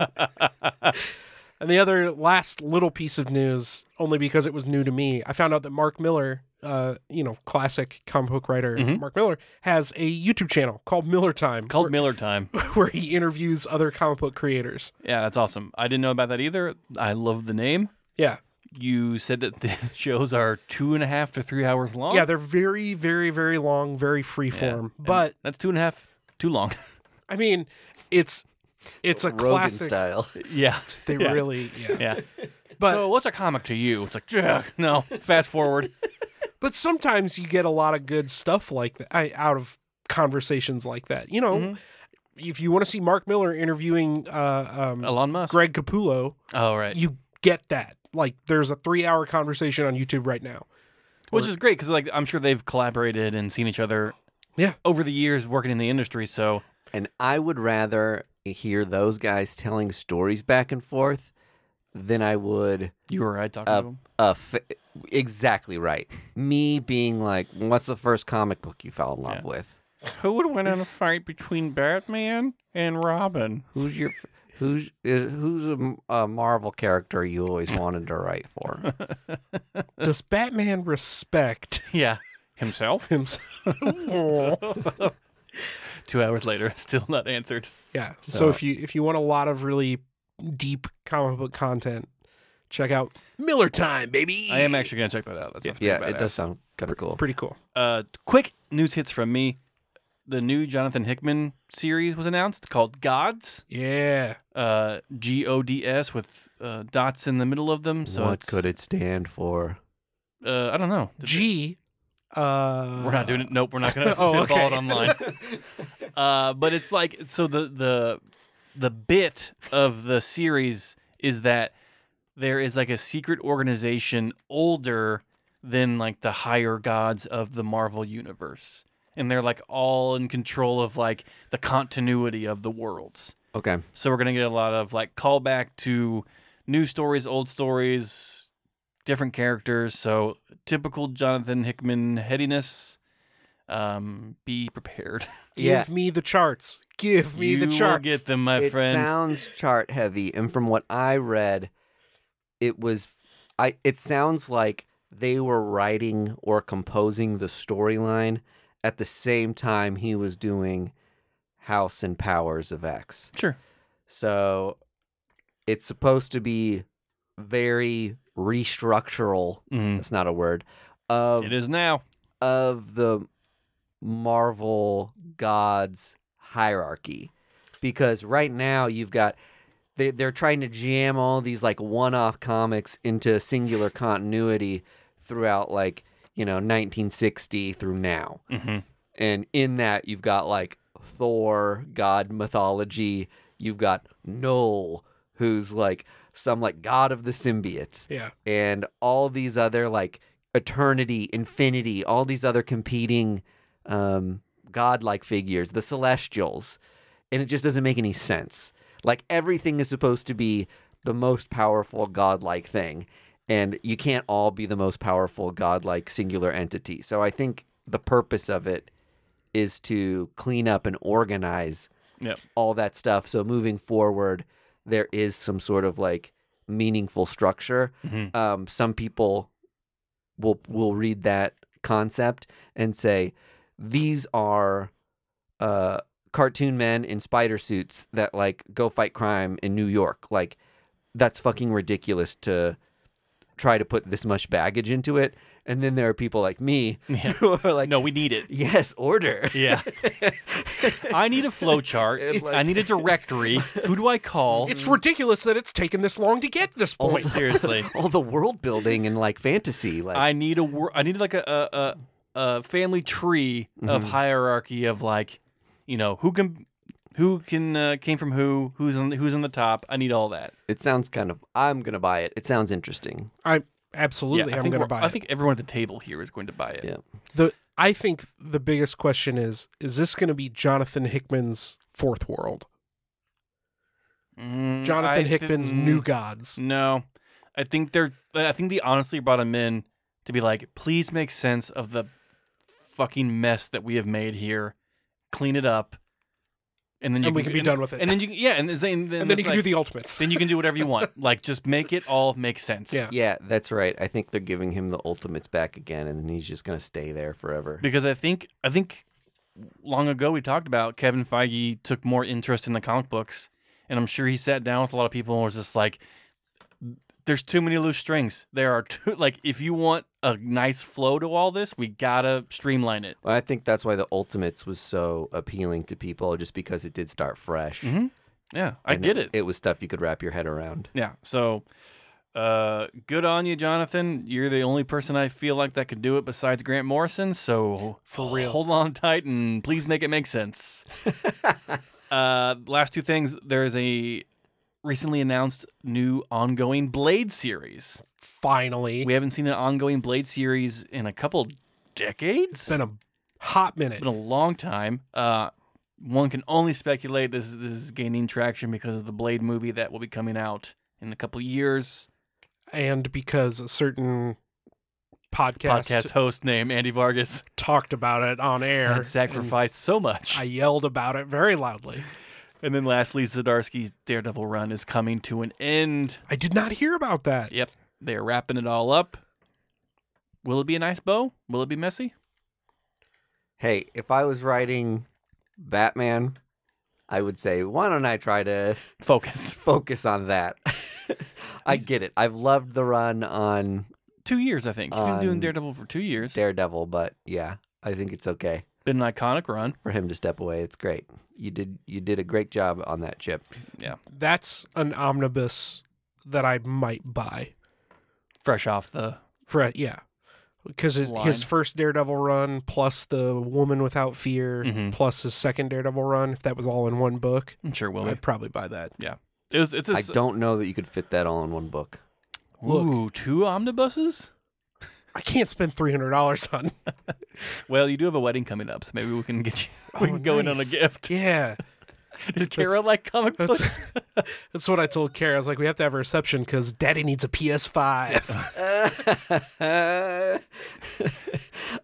Speaker 3: and the other last little piece of news, only because it was new to me, I found out that Mark Miller, uh, you know, classic comic book writer Mark Miller, has a YouTube channel called Miller Time,
Speaker 2: Called Miller time.
Speaker 3: where he interviews other comic book creators.
Speaker 2: Yeah, that's awesome. I didn't know about that either. I love the name.
Speaker 3: Yeah.
Speaker 2: You said that the shows are two and a half to three hours long.
Speaker 3: Yeah, they're very, very, very long, very free form. But
Speaker 2: that's two and a half too long.
Speaker 3: I mean, it's it's a
Speaker 1: Rogan
Speaker 3: classic.
Speaker 1: style.
Speaker 2: yeah.
Speaker 3: They really, yeah.
Speaker 2: Yeah.
Speaker 3: But-
Speaker 2: so what's a comic to you? It's like, "Ugh, no, fast forward.
Speaker 3: But sometimes you get a lot of good stuff like that I, out of conversations like that. You know, if you want to see Mark Miller interviewing uh, um,
Speaker 2: Elon Musk.
Speaker 3: Greg Capullo,
Speaker 2: Oh, right.
Speaker 3: you get that. Like, there's a three hour conversation on YouTube right now.
Speaker 2: Which is great because like I'm sure they've collaborated and seen each other
Speaker 3: Yeah.
Speaker 2: over the years working in the industry. So
Speaker 1: And I would rather hear those guys telling stories back and forth than I would
Speaker 2: you were right talking to
Speaker 1: a,
Speaker 2: them.
Speaker 1: a fa- exactly right. Me being like, "What's the first comic book you fell in love
Speaker 2: Yeah.
Speaker 1: with?
Speaker 2: Who would win in a fight between Batman and Robin?
Speaker 1: Who's your f- who's is, who's a, m- a Marvel character you always wanted to write for?"
Speaker 3: Does Batman respect
Speaker 2: Yeah. Himself?
Speaker 3: himself?
Speaker 2: Two hours later, still not answered.
Speaker 3: yeah. So. if you if you want a lot of really deep comic book content, check out Miller Time, baby.
Speaker 2: I am actually gonna check that out. That sounds
Speaker 1: yeah,
Speaker 2: pretty
Speaker 1: it does
Speaker 2: badass.
Speaker 1: sound kind of cool.
Speaker 3: pretty cool.
Speaker 2: Uh, quick news hits from me. The new Jonathan Hickman series was announced called Gods,
Speaker 3: Yeah.
Speaker 2: uh, G O D S with uh, dots in the middle of them. So
Speaker 1: what
Speaker 2: it's,
Speaker 1: could it stand for?
Speaker 2: Uh, I don't know. Did they-
Speaker 3: G. Uh,
Speaker 2: We're not doing it. Nope, we're not going to
Speaker 3: Oh,
Speaker 2: spitball it
Speaker 3: okay.
Speaker 2: online. uh, but it's like so the the the bit of the series is that there is like a secret organization older than like the higher gods of the Marvel universe, and they're like all in control of like the continuity of the worlds.
Speaker 1: Okay,
Speaker 2: So we're gonna get a lot of like callback to new stories, old stories, different characters. So typical Jonathan Hickman headiness. Um, be prepared.
Speaker 3: Give
Speaker 1: Yeah.
Speaker 3: me the charts. Give me
Speaker 2: you
Speaker 3: the
Speaker 2: will
Speaker 3: charts.
Speaker 2: get them, my
Speaker 1: it
Speaker 2: friend.
Speaker 1: sounds chart heavy, and from what I read, it was, I it sounds like they were writing or composing the storyline at the same time he was doing House and Powers of X.
Speaker 2: sure.
Speaker 1: So it's supposed to be very restructural. That's not a word. Of
Speaker 2: Mm-hmm. It is now.
Speaker 1: of the Marvel gods hierarchy, because right now you've got they they're trying to jam all these like one-off comics into singular continuity throughout like you know 1960 through now
Speaker 2: Mm-hmm.
Speaker 1: and in that you've got like Thor, god mythology. You've got Null, who's like some like god of the symbiotes,
Speaker 3: yeah.
Speaker 1: and all these other like eternity, infinity, all these other competing um, godlike figures, the Celestials, and it just doesn't make any sense. Like everything is supposed to be the most powerful godlike thing, and you can't all be the most powerful godlike singular entity. So I think the purpose of it is to clean up and organize
Speaker 2: Yep.
Speaker 1: all that stuff. So moving forward, there is some sort of like meaningful structure. Um, some people will will read that concept and say these are uh, cartoon men in spider suits that like go fight crime in New York. Like that's fucking ridiculous to try to put this much baggage into it. And then there are people like me
Speaker 2: Yeah.
Speaker 1: who are like,
Speaker 2: no, we need it.
Speaker 1: yes, order.
Speaker 2: Yeah. I need a flow chart.
Speaker 1: It-
Speaker 2: I need a directory. Who do I call?
Speaker 3: It's ridiculous that it's taken this long to get this
Speaker 2: Oh. Wait,
Speaker 3: point.
Speaker 2: seriously.
Speaker 1: All the world building and like fantasy, like
Speaker 2: I need a wor- I need like a a, a, a family tree
Speaker 1: Mm-hmm.
Speaker 2: of hierarchy of like, you know, who can who can uh, came from who, who's on who's on the top. I need all that.
Speaker 1: it sounds kind of. I'm gonna buy it. It sounds interesting.
Speaker 3: I absolutely
Speaker 2: I
Speaker 3: am
Speaker 2: think
Speaker 3: going to
Speaker 2: we're-
Speaker 3: buy
Speaker 2: I
Speaker 3: it.
Speaker 2: think everyone at the table here is going to buy it.
Speaker 1: Yeah.
Speaker 3: the I think the biggest question is is this going to be Jonathan Hickman's Fourth World?
Speaker 2: Mm, I
Speaker 3: Jonathan
Speaker 2: thi-
Speaker 3: Hickman's
Speaker 2: mm,
Speaker 3: New Gods.
Speaker 2: No, I think they're. I think they honestly brought him in to be like, please make sense of the fucking mess that we have made here, clean it up, and then you
Speaker 3: And we can be
Speaker 2: and-
Speaker 3: done with it.
Speaker 2: And then you, can- yeah, and, then and
Speaker 3: And then
Speaker 2: it's
Speaker 3: he can
Speaker 2: like-
Speaker 3: do the Ultimates.
Speaker 2: then you can do whatever you want. Like, just make it all make sense.
Speaker 3: Yeah.
Speaker 1: Yeah, that's right. I think they're giving him the ultimates back again, and he's just gonna stay there forever.
Speaker 2: Because I think I think long ago we talked about Kevin Feige took more interest in the comic books, and I'm sure he sat down with a lot of people and was just like, "There's too many loose strings. There are too like if you want a nice flow to all this, we gotta streamline it."
Speaker 1: Well, I think that's why the Ultimates was so appealing to people, just because it did start fresh.
Speaker 2: Yeah, Mm-hmm. I
Speaker 1: And
Speaker 2: get it.
Speaker 1: It was stuff you could wrap your head around.
Speaker 2: Yeah, so. Uh, good on you, Jonathan. You're the only person I feel like that could do it besides Grant Morrison. So for real, hold on tight and please make it make sense. uh, last two things. There is a recently announced new ongoing Blade series.
Speaker 3: Finally.
Speaker 2: We haven't seen an ongoing Blade series in a couple decades.
Speaker 3: It's been a hot minute.
Speaker 2: Been a long time. Uh, one can only speculate this is, this is gaining traction because of the Blade movie that will be coming out in a couple years.
Speaker 3: and because a certain podcast,
Speaker 2: podcast host name Andy Vargas
Speaker 3: talked about it on air,
Speaker 2: had sacrificed so much.
Speaker 3: I yelled about it very loudly.
Speaker 2: and then lastly, Zdarsky's Daredevil run is coming to an end.
Speaker 3: I did not hear about that.
Speaker 2: Yep, they are wrapping it all up. Will it be a nice bow? Will it be messy?
Speaker 1: Hey, if I was writing Batman, I would say, why don't I try to
Speaker 2: Focus.
Speaker 1: focus on that? I get it. I've loved the run on
Speaker 2: Two years, I think. He's been
Speaker 1: On
Speaker 3: Um,
Speaker 2: doing Daredevil for two years.
Speaker 1: Daredevil, but yeah, I think it's okay
Speaker 2: been an iconic run.
Speaker 1: for him to step away. It's great. You did you did a great job on that chip.
Speaker 3: That's an omnibus that I might buy.
Speaker 2: Fresh off the.
Speaker 3: For yeah, because
Speaker 2: Line.
Speaker 3: his first Daredevil run plus the Woman Without Fear
Speaker 2: Mhm.
Speaker 3: plus his second Daredevil run, if that was all in one book,
Speaker 2: I'm sure will be.
Speaker 3: I'd probably buy that.
Speaker 2: It was, it's a
Speaker 1: I
Speaker 2: s-
Speaker 1: don't know that you could fit that all in one book.
Speaker 3: look.
Speaker 2: ooh two omnibuses.
Speaker 3: I can't spend three hundred dollars on.
Speaker 2: Well, you do have a wedding coming up, so maybe we can get you.
Speaker 3: Oh,
Speaker 2: we can go in on a
Speaker 3: nice.
Speaker 2: gift.
Speaker 3: Yeah,
Speaker 2: Does Kara like comic
Speaker 3: that's-
Speaker 2: books?
Speaker 3: that's what I told Kara. I was like, we have to have a reception because Daddy needs a PS Five.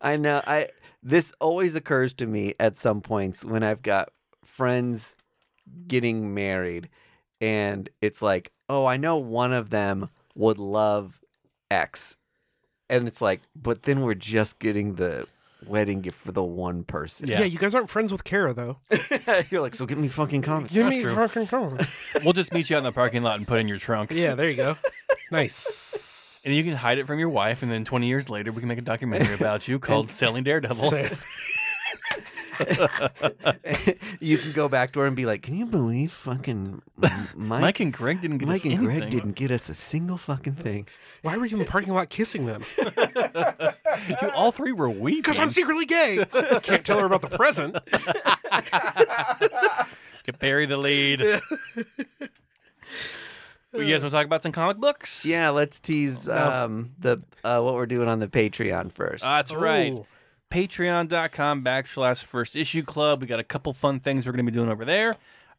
Speaker 1: I know. I this always occurs to me at some points when I've got friends getting married, and it's like, oh, I know one of them would love X, and it's like, but then we're just getting the wedding gift for the one person.
Speaker 2: Yeah.
Speaker 3: yeah, you guys aren't friends with Kara though.
Speaker 1: You're like, so get me fucking comics.
Speaker 3: Give
Speaker 2: That's
Speaker 3: me
Speaker 2: true.
Speaker 3: fucking cover.
Speaker 2: we'll just meet you out in the parking lot and put it in your trunk.
Speaker 3: yeah, there you go. Nice.
Speaker 2: And you can hide it from your wife, and then 20 years later, we can make a documentary about you called Selling Daredevil.
Speaker 3: So-
Speaker 1: you can go back to her and be like, can you believe fucking M- Mike,
Speaker 2: Mike and Greg didn't get
Speaker 1: Mike
Speaker 2: Mike
Speaker 1: and
Speaker 2: anything.
Speaker 1: Greg didn't get us a single fucking thing.
Speaker 3: why were you in the parking lot kissing them?
Speaker 2: You all three were weeping.
Speaker 3: Because I'm secretly gay. Can't tell her about the present.
Speaker 2: Bury the lead. you guys want to talk about some comic books?
Speaker 1: Yeah, let's tease um, the uh, what we're doing on the Patreon first.
Speaker 2: Uh, that's right.
Speaker 3: Oh.
Speaker 2: Patreon.com backslash first issue club. We got a couple fun things we're going to be doing over there.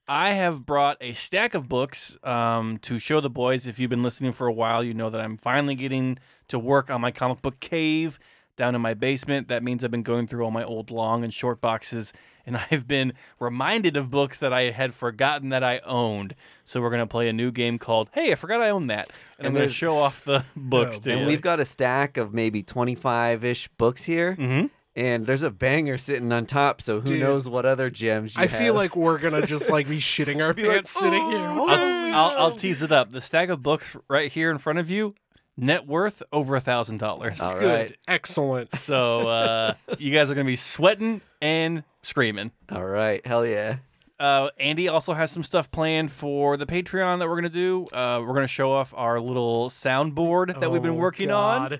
Speaker 2: I have brought a stack of books um, to show the boys. If you've been listening for a while, you know that I'm finally getting to work on my comic book cave down in my basement. That means I've been going through all my old long and short boxes and I've been reminded of books that I had forgotten that I owned. So we're gonna play a new game called "Hey, I forgot I own that," and, I'm
Speaker 1: And
Speaker 2: gonna
Speaker 1: there's-
Speaker 2: show off the books
Speaker 3: No,
Speaker 2: to
Speaker 1: And
Speaker 2: you.
Speaker 1: we've got a stack of maybe 25 ish books here.
Speaker 2: Mhm.
Speaker 1: And there's a banger sitting on top. So who
Speaker 3: Mm-hmm. Dude.
Speaker 1: knows what other gems you
Speaker 3: I feel
Speaker 1: have.
Speaker 3: like we're gonna just like be shitting our
Speaker 2: like,
Speaker 3: pants Oh, sitting here.
Speaker 2: I'll, I'll, I'll tease it up. The stack of books right here in front of you, net worth over a thousand dollars.
Speaker 1: All
Speaker 3: Good,
Speaker 1: right.
Speaker 3: excellent.
Speaker 2: So uh, you guys are gonna be sweating and screaming.
Speaker 1: All right. Hell yeah.
Speaker 2: Uh, Andy also has some stuff planned for the Patreon that we're gonna do. Uh, we're gonna show off our little soundboard that we've been
Speaker 3: Oh,
Speaker 2: working
Speaker 3: God.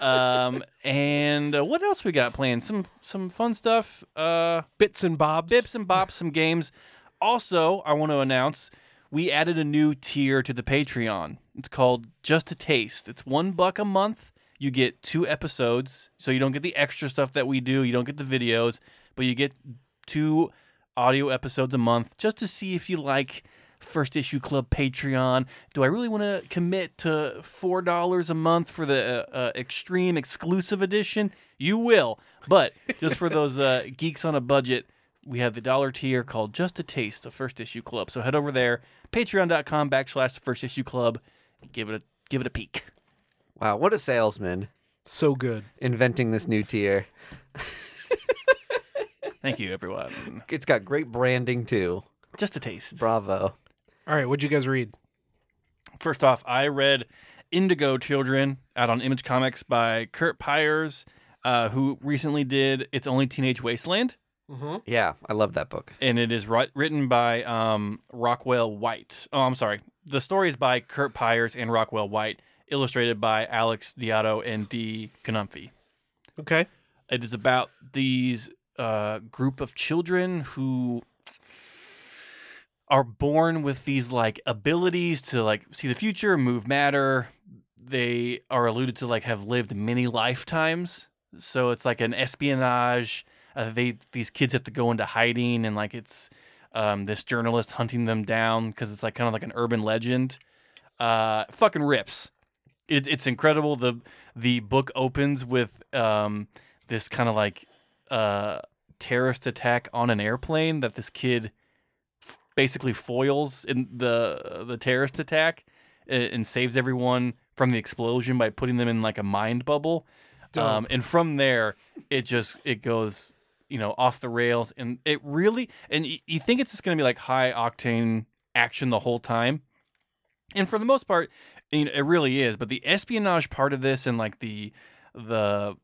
Speaker 2: on, um, and uh, what else we got planned? Some some fun stuff. Uh,
Speaker 3: Bits and bobs.
Speaker 2: bips and bops some games. Also, I want to announce we added a new tier to the Patreon. It's called Just a Taste. It's one buck a month. You get two episodes, so you don't get the extra stuff that we do. You don't get the videos, but you get two audio episodes a month just to see if you like First Issue Club Patreon. Do I really want to commit to four dollars a month for the uh, uh, Extreme Exclusive Edition? You will, but just for those uh, geeks on a budget, we have the dollar tier called Just a Taste of First Issue Club. So head over there, patreon.com backslash the First Issue Club. Give it a give it a peek.
Speaker 1: Wow. What a salesman
Speaker 3: So good.
Speaker 1: inventing this new tier.
Speaker 2: Thank you, everyone.
Speaker 1: It's got great branding too.
Speaker 2: Just a taste.
Speaker 1: Bravo.
Speaker 3: All right, what'd you guys read?
Speaker 2: First off, I read Indigo Children out on Image Comics by Kurt Pyers, uh, who recently did It's Only Teenage Wasteland,
Speaker 3: Mm-hmm.
Speaker 1: Yeah. I love that book.
Speaker 2: and it is ri- written by um, Rockwell White. Oh, I'm sorry. The story is by Kurt Pyers and Rockwell White, illustrated by Alex Diotto and D. Canumfi.
Speaker 3: Okay.
Speaker 2: It is about these uh, group of children who are born with these like abilities to like see the future, move matter. They are alluded to like have lived many lifetimes, so it's like an espionage. Uh, they these kids have to go into hiding, and like it's um, this journalist hunting them down because it's like kind of like an urban legend. Uh, fucking rips. It, it's incredible. the The book opens with um, this kind of like uh, terrorist attack on an airplane that this kid f- basically foils in the the terrorist attack a- and saves everyone from the explosion by putting them in like a mind bubble. Um, and from there, it just it goes you know off the rails and it really and y- you think it's just going to be like high octane action the whole time and for the most part you know, it really is but the espionage part of this and like the the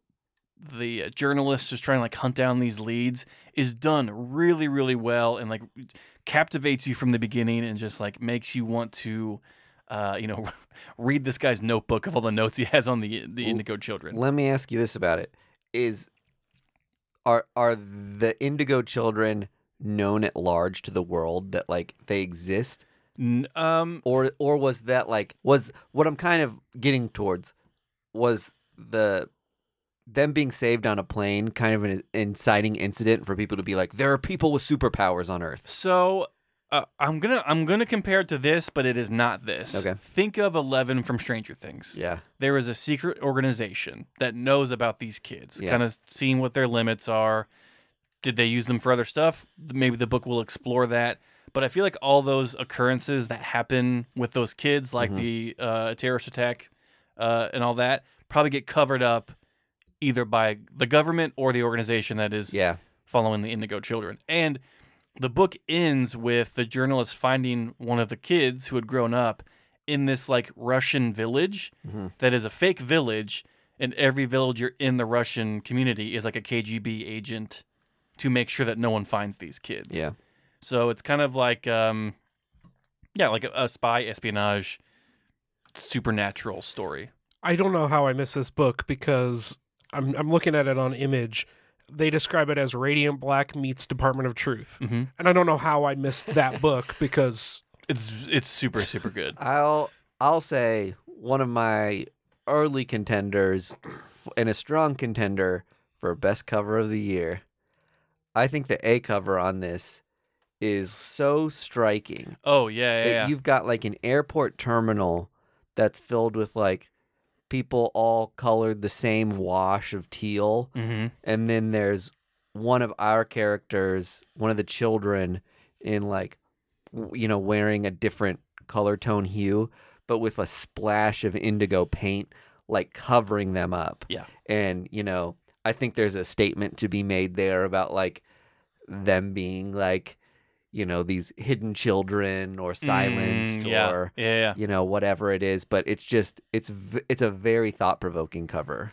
Speaker 2: the uh, journalist is trying to like hunt down these leads is done really really well and like captivates you from the beginning and just like makes you want to uh, you know read this guy's notebook of all the notes he has on the the
Speaker 1: L-
Speaker 2: indigo children
Speaker 1: Let me ask you this about it: Is are are the Indigo Children known at large to the world that like they exist,
Speaker 2: N- um
Speaker 1: or or was that like was what I'm kind of getting towards was the them being saved on a plane kind of an inciting incident for people to be like there are people with superpowers on Earth.
Speaker 2: So uh, I'm gonna I'm gonna compare it to this, but it is not this.
Speaker 1: Okay.
Speaker 2: Think of Eleven from Stranger Things.
Speaker 1: Yeah,
Speaker 2: There is a secret organization that knows about these kids,
Speaker 1: Yeah.
Speaker 2: kind of seeing what their limits are. Did they use them for other stuff? Maybe the book will explore that. But I feel like all those occurrences that happen with those kids, like
Speaker 1: Mhm.
Speaker 2: the uh, terrorist attack uh, and all that, probably get covered up either by the government or the organization that is
Speaker 1: yeah,
Speaker 2: following the Indigo Children. And the book ends with the journalist finding one of the kids who had grown up in this like Russian village
Speaker 1: Mhm.
Speaker 2: that is a fake village, and every villager in the Russian community is like a KGB agent to make sure that no one finds these kids.
Speaker 1: yeah.
Speaker 2: So it's kind of like, um, yeah, like a, a spy espionage supernatural story.
Speaker 3: I don't know how I missed this book because I'm I'm looking at it on image. They describe it as Radiant Black meets Department of Truth.
Speaker 2: Mhm.
Speaker 3: And I don't know how I missed that book because
Speaker 2: It's it's super super good.
Speaker 1: I'll I'll say one of my early contenders f- and a strong contender for best cover of the year. I think the A cover on this is so striking
Speaker 2: Oh yeah yeah. yeah.
Speaker 1: that you've got like an airport terminal that's filled with like people all colored the same wash of teal
Speaker 2: Mhm.
Speaker 1: and then there's one of our characters, one of the children, in like, w- you know, wearing a different color tone hue, but with a splash of indigo paint, like covering them up.
Speaker 2: Yeah.
Speaker 1: And, you know, I think there's a statement to be made there about like them being like, you know, these hidden children or silenced
Speaker 2: Mm, yeah.
Speaker 1: or.
Speaker 2: yeah, yeah.
Speaker 1: You know, whatever it is, but it's just it's v- it's a very thought provoking cover.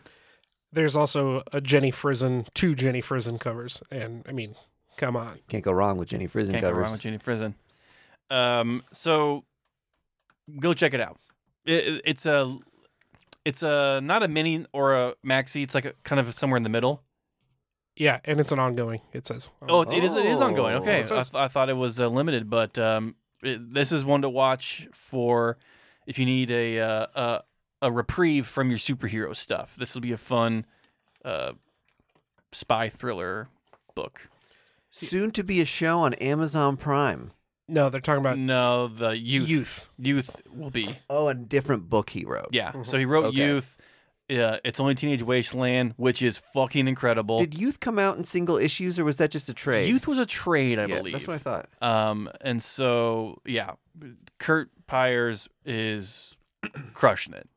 Speaker 3: There's also a Jenny Frizen, two Jenny Frizen covers, and I mean, come on.
Speaker 1: Can't go wrong with Jenny Frizen
Speaker 2: Can't
Speaker 1: covers.
Speaker 2: go wrong with Jenny Frizen. Um, so go check it out. It- it- it's a, it's a not a mini or a maxi. It's like a, kind of somewhere in the middle.
Speaker 3: Yeah, and it's an ongoing. It says.
Speaker 2: Oh, it is. It is ongoing.
Speaker 1: Oh.
Speaker 2: Okay, I,
Speaker 1: So
Speaker 3: it's-
Speaker 2: th- I thought it was uh, limited, but um, it, this is one to watch for if you need a uh, a, a reprieve from your superhero stuff. This will be a fun uh, spy thriller book.
Speaker 1: Soon to be a show on Amazon Prime.
Speaker 3: no, they're talking about
Speaker 2: no, the youth Mm-hmm.
Speaker 3: Youth.
Speaker 2: youth will be
Speaker 1: Oh, and different book he wrote.
Speaker 2: yeah. So he wrote
Speaker 1: Okay.
Speaker 2: youth. Uh, it's only teenage wasteland, which is fucking incredible.
Speaker 1: Did Youth come out in single issues, or was that just a trade?
Speaker 2: youth was a trade, I
Speaker 1: yeah,
Speaker 2: believe.
Speaker 1: That's what I thought.
Speaker 2: Um, and so yeah, Kurt Pyers is crushing it.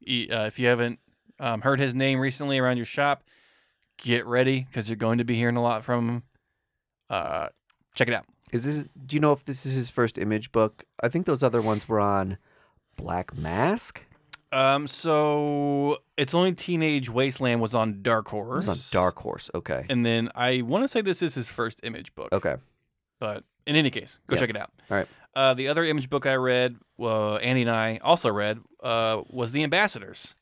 Speaker 2: He, uh, if you haven't um, heard his name recently around your shop, get ready because you're going to be hearing a lot from him. Uh, check it out.
Speaker 1: Is this? Do you know if this is his first image book? I think those other ones were on Black Mask.
Speaker 2: Um, so it's only Teenage Wasteland was on Dark Horror.
Speaker 1: It was on Dark Horse. Okay.
Speaker 2: And then I want to say this is his first image book.
Speaker 1: Okay.
Speaker 2: But in any case, go
Speaker 1: Yeah.
Speaker 2: check it out.
Speaker 1: All right.
Speaker 2: Uh, the other image book I read, uh, Andy and I also read, uh, was The Ambassadors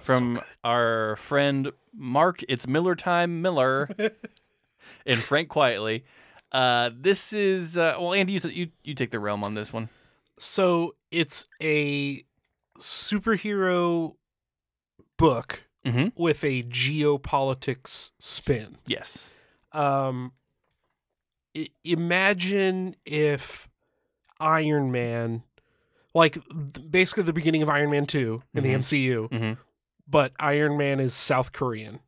Speaker 2: from our friend Mark. It's Miller Time Miller and Frank Quietly. Uh, this is, uh, well, Andy, you, t- you, you take the realm on this one.
Speaker 3: So it's a superhero book
Speaker 2: Mm-hmm.
Speaker 3: with a geopolitics spin.
Speaker 2: Yes.
Speaker 3: Um, i- imagine if Iron Man, like th- basically the beginning of Iron Man 2 in
Speaker 2: Mhm.
Speaker 3: the MCU,
Speaker 2: Mhm.
Speaker 3: but Iron Man is South Korean.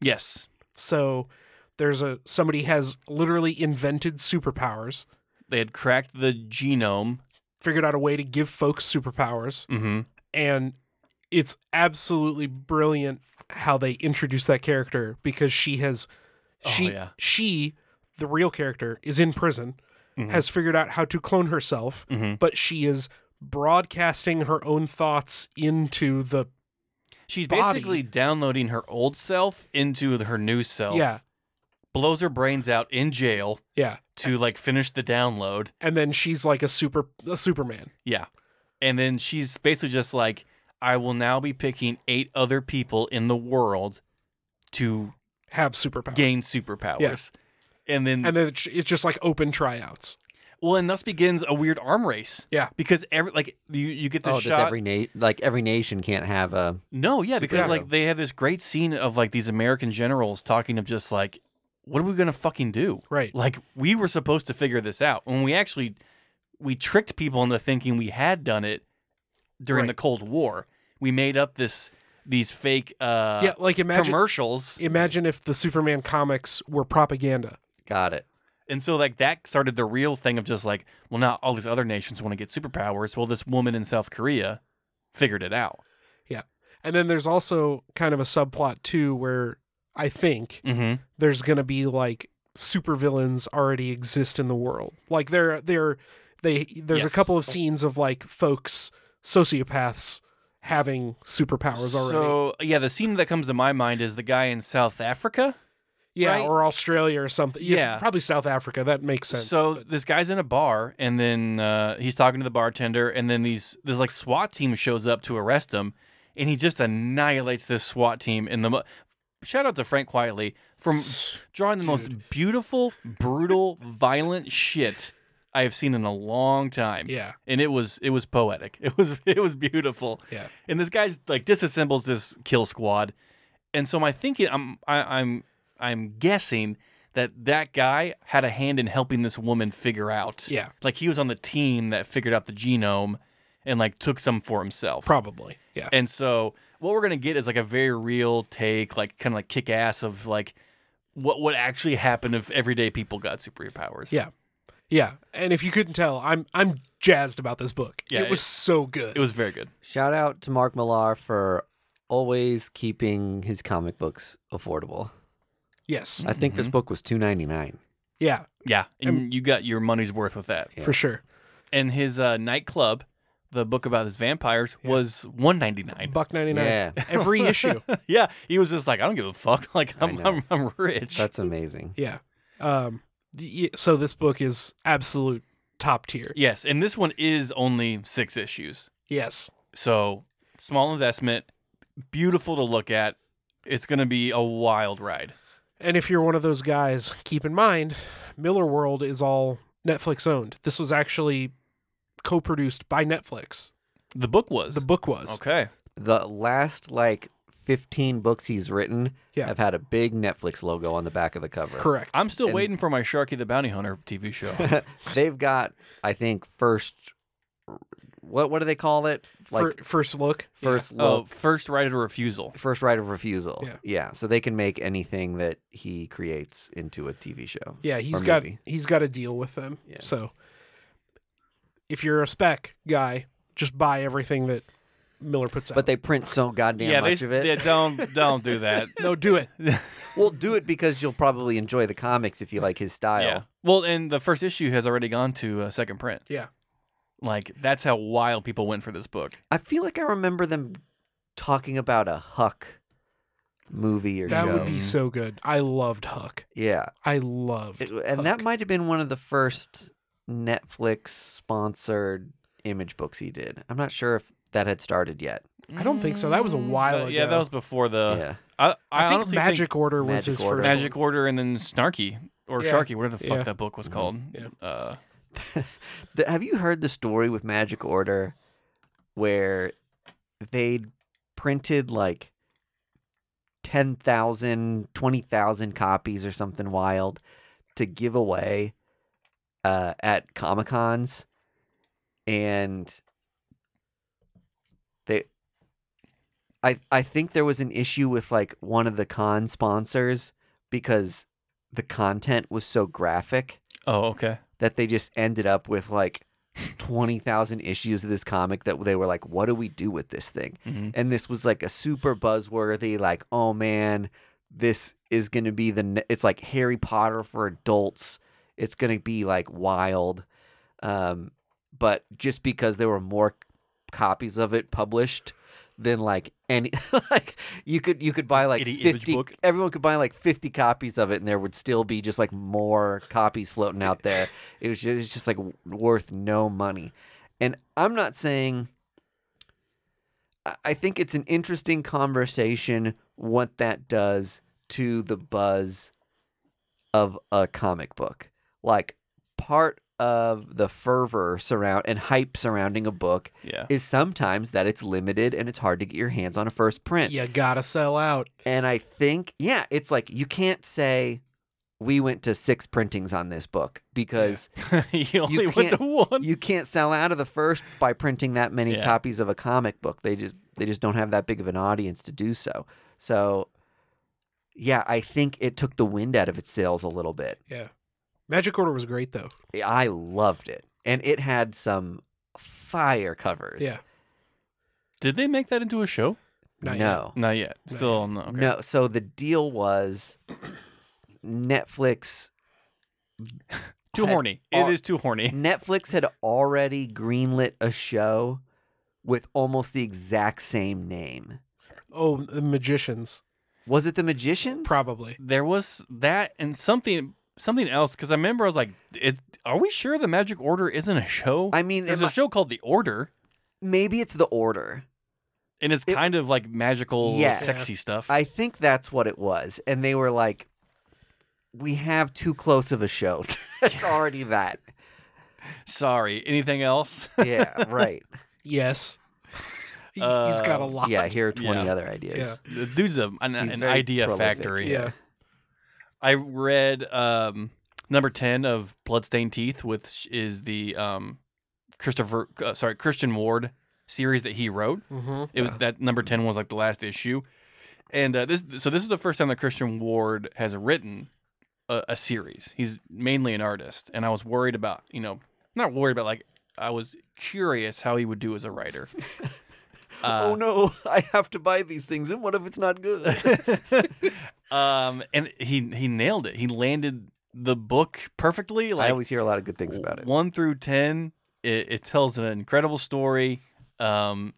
Speaker 2: Yes.
Speaker 3: So there's a somebody has literally invented superpowers,
Speaker 2: They had cracked the genome.
Speaker 3: figured out a way to give folks superpowers,
Speaker 2: Mm-hmm.
Speaker 3: and it's absolutely brilliant how they introduce that character because she has she
Speaker 2: Oh, yeah.
Speaker 3: she the real character is in prison
Speaker 2: Mhm.
Speaker 3: has figured out how to clone herself
Speaker 2: Mm-hmm.
Speaker 3: but she is broadcasting her own thoughts into the
Speaker 2: She's
Speaker 3: body.
Speaker 2: basically downloading her old self into her new self.
Speaker 3: yeah
Speaker 2: Blows her brains out in jail
Speaker 3: yeah
Speaker 2: to like finish the download.
Speaker 3: and then she's like a super a superman
Speaker 2: Yeah. And then she's basically just like, I will now be picking eight other people in the world to
Speaker 3: have superpowers
Speaker 2: gain superpowers. And then,
Speaker 3: and then it's it's just like open tryouts
Speaker 2: well, and thus begins a weird arm race.
Speaker 3: Yeah.
Speaker 2: Because every, like, you, you get the
Speaker 1: Oh, does
Speaker 2: shot.
Speaker 1: every na- like every nation can't have a
Speaker 2: No, yeah, because
Speaker 1: Superhero.
Speaker 2: like they have this great scene of like these American generals talking of just like, what are we gonna fucking do?
Speaker 3: Right.
Speaker 2: Like we were supposed to figure this out when we actually we tricked people into thinking we had done it during
Speaker 3: Right.
Speaker 2: the Cold War. We made up this these fake uh,
Speaker 3: yeah like imagine
Speaker 2: commercials,
Speaker 3: imagine if the superman comics were propaganda
Speaker 1: got it.
Speaker 2: and so like that started the real thing of just like, well, now all these other nations want to get superpowers. Well, this woman in South Korea figured it out.
Speaker 3: Yeah. And then there's also kind of a subplot too where I think
Speaker 2: Mm-hmm.
Speaker 3: there's going to be like supervillains already exist in the world. Like there there they there's
Speaker 2: Yes.
Speaker 3: a couple of scenes of like folks sociopaths having superpowers already.
Speaker 2: So yeah, the scene that comes to my mind is the guy in South Africa.
Speaker 3: Yeah,
Speaker 2: right?
Speaker 3: or Australia or something. Yes,
Speaker 2: Yeah.
Speaker 3: probably South Africa. That makes sense.
Speaker 2: So
Speaker 3: but-
Speaker 2: this guy's in a bar, and then uh, he's talking to the bartender, and then these this like SWAT team shows up to arrest him, and he just annihilates this SWAT team in the. Mo- Shout out to Frank Quietly from drawing the most beautiful, brutal, violent shit I have seen in a long time.
Speaker 3: yeah.
Speaker 2: and it was it was poetic. It was it was beautiful.
Speaker 3: Yeah.
Speaker 2: And this guy's like disassembles this kill squad, and so my thinking, I'm I, I'm I'm guessing that that guy had a hand in helping this woman figure out.
Speaker 3: Yeah.
Speaker 2: Like he was on the team that figured out the genome, and like took some for himself.
Speaker 3: Probably. Yeah.
Speaker 2: And so what we're gonna get is like a very real take, like kind of like kick ass of like what would actually happen if everyday people got superpowers.
Speaker 3: Yeah. Yeah. And if you couldn't tell, I'm I'm jazzed about this book.
Speaker 2: Yeah,
Speaker 3: it was
Speaker 2: it-
Speaker 3: so good.
Speaker 2: It was very good.
Speaker 1: Shout out to Mark Millar for always keeping his comic books affordable.
Speaker 3: yes.
Speaker 1: I think this
Speaker 2: Mm-hmm.
Speaker 1: book was two ninety nine.
Speaker 3: Yeah,
Speaker 2: Yeah. And you got your money's worth with that.
Speaker 1: Yeah.
Speaker 3: for sure.
Speaker 2: And his uh, nightclub, the book about his vampires, was one ninety nine.
Speaker 3: Buck 99.
Speaker 1: Yeah.
Speaker 3: Every issue.
Speaker 2: yeah. He was just like, I don't give a fuck. Like
Speaker 1: I
Speaker 2: I'm
Speaker 1: know.
Speaker 2: I'm, I'm rich.
Speaker 1: That's amazing.
Speaker 3: Yeah. Um y- y- so this book is absolute top tier.
Speaker 2: yes. And this one is only six issues.
Speaker 3: Yes.
Speaker 2: So small investment, beautiful to look at. It's gonna be a wild ride.
Speaker 3: And if you're one of those guys, keep in mind Miller World is all Netflix owned. This was actually co-produced by Netflix.
Speaker 2: The book was.
Speaker 3: The book was.
Speaker 2: Okay.
Speaker 1: The last like fifteen books he's written
Speaker 3: Yeah.
Speaker 1: have had a big Netflix logo on the back of the cover.
Speaker 3: Correct.
Speaker 2: I'm still
Speaker 1: And-
Speaker 2: waiting for my Sharky the Bounty Hunter TV show. Oh,
Speaker 1: They've got, I think, first. What what do they call it? Like
Speaker 3: Fir- first look.
Speaker 1: first
Speaker 2: oh,
Speaker 1: look,
Speaker 2: first right of refusal.
Speaker 1: first right of refusal.
Speaker 3: Yeah.
Speaker 1: so they can make anything that he creates into a TV show.
Speaker 3: Yeah, he's
Speaker 1: or
Speaker 3: got
Speaker 1: movie.
Speaker 3: he's got a deal with them.
Speaker 1: Yeah.
Speaker 3: So if you're a spec guy, just buy everything that Miller puts out.
Speaker 1: But they print so goddamn
Speaker 2: yeah,
Speaker 1: much
Speaker 2: they,
Speaker 1: of it.
Speaker 2: yeah, don't don't do that.
Speaker 3: no, do it.
Speaker 1: Well, do it because you'll probably enjoy the comics if you like his style.
Speaker 2: yeah. Well, and the first issue has already gone to uh, second print.
Speaker 3: Yeah.
Speaker 2: Like that's how wild people went for this book.
Speaker 1: I feel like I remember them talking about a Huck movie or
Speaker 3: That
Speaker 1: show.
Speaker 3: would be so good. I loved Huck.
Speaker 1: yeah,
Speaker 3: I loved.
Speaker 1: It- and that
Speaker 3: Huck.
Speaker 1: might have been one of the first Netflix sponsored image books he did. I'm not sure if that had started yet.
Speaker 3: I don't think so. That was a while
Speaker 2: Uh, yeah,
Speaker 3: ago.
Speaker 2: that was before the.
Speaker 1: yeah,
Speaker 2: I,
Speaker 3: I,
Speaker 2: I,
Speaker 3: think
Speaker 2: honestly
Speaker 3: Magic
Speaker 2: think
Speaker 3: Order
Speaker 1: Magic
Speaker 3: was his
Speaker 1: Order.
Speaker 3: first. one.
Speaker 2: Magic Order and then Snarky or
Speaker 3: Yeah.
Speaker 2: Sharky, whatever the fuck
Speaker 3: Yeah.
Speaker 2: that book was
Speaker 1: Mm-hmm.
Speaker 2: called.
Speaker 3: Yeah.
Speaker 2: Uh,
Speaker 1: The- have you heard the story with Magic Order where they printed like 10,000, 20,000 copies or something wild to give away uh, at Comic Cons? And they. I, I think there was an issue with like one of the con sponsors because the content was so graphic
Speaker 2: oh, okay.
Speaker 1: that they just ended up with like 20,000 issues of this comic that they were like, what do we do with this thing?
Speaker 2: Mhm.
Speaker 1: And this was like a super buzzworthy, like, oh man, this is going to be the, ne- it's like Harry Potter for adults. It's going to be like wild. Um, but just because there were more copies of it published than like any like you could you could buy like
Speaker 2: Any image
Speaker 1: 50
Speaker 2: book.
Speaker 1: everyone could buy like 50 copies of it and there would still be just like more copies floating out there it was just, it's just like worth no money and i'm not saying I- i think it's an interesting conversation what that does to the buzz of a comic book like part of the fervor surround and hype surrounding a book
Speaker 2: Yeah.
Speaker 1: is sometimes that it's limited and it's hard to get your hands on a first print.
Speaker 3: You gotta sell out.
Speaker 1: And I think, yeah, it's like you can't say we went to six printings on this book because
Speaker 2: you only went
Speaker 1: can't-
Speaker 2: to one.
Speaker 1: you can't sell out of the first by printing that many
Speaker 2: Yeah.
Speaker 1: copies of a comic book. They just they just don't have that big of an audience to do so. So yeah, I think it took the wind out of its sails a little bit.
Speaker 3: Yeah. Magic Order was great though.
Speaker 1: I loved it. And it had some fire covers.
Speaker 3: Yeah.
Speaker 2: Did they make that into a show?
Speaker 3: Not yet.
Speaker 1: no.
Speaker 2: Not yet.
Speaker 3: Not
Speaker 2: Still no. Okay.
Speaker 1: No, so the deal was Netflix
Speaker 2: Too
Speaker 1: Had-
Speaker 2: horny. It
Speaker 1: are-
Speaker 2: is too
Speaker 1: Mm.
Speaker 2: horny.
Speaker 1: Netflix had already greenlit a show with almost the exact same name.
Speaker 3: Oh, the Magicians
Speaker 1: Was it The Magicians?
Speaker 3: probably.
Speaker 2: There was that and something something else because I remember I was like, it, "Are we sure the Magic Order isn't a show?"
Speaker 1: I mean, it
Speaker 2: There's a
Speaker 1: mi-
Speaker 2: show called The Order,
Speaker 1: maybe it's The Order.
Speaker 2: and it's
Speaker 1: It-
Speaker 2: kind of like magical,
Speaker 1: Yes.
Speaker 2: sexy stuff.
Speaker 1: I think that's what it was. And they were like, we have too close of a show. it's already that.
Speaker 2: Sorry. Anything else?
Speaker 1: Yeah, right.
Speaker 3: Yes. He- he's
Speaker 2: Uh,
Speaker 3: got a lot.
Speaker 1: Yeah, here are 20
Speaker 2: Yeah.
Speaker 1: other ideas.
Speaker 3: Yeah.
Speaker 2: the dude's a, an,
Speaker 1: He's
Speaker 2: an
Speaker 1: very
Speaker 2: idea
Speaker 1: prolific,
Speaker 2: factory.
Speaker 3: Yeah.
Speaker 2: I read um, number ten of Bloodstained Teeth, which is the um, Christopher, uh, sorry, Christian Ward series that he wrote.
Speaker 3: Mm-hmm.
Speaker 2: It was that number ten was like the last issue, And uh, this, so this is the first time that Christian Ward has written a, a series. He's mainly an artist, and I was worried about, you know, not worried about like I was curious how he would do as a writer.
Speaker 1: oh no, I have to buy these things, and what if it's not good?
Speaker 2: Um, and he he nailed it. He landed the book perfectly.
Speaker 1: I
Speaker 2: Like
Speaker 1: always hear a lot of good things about it.
Speaker 2: One through ten, it, it tells an incredible story. Um,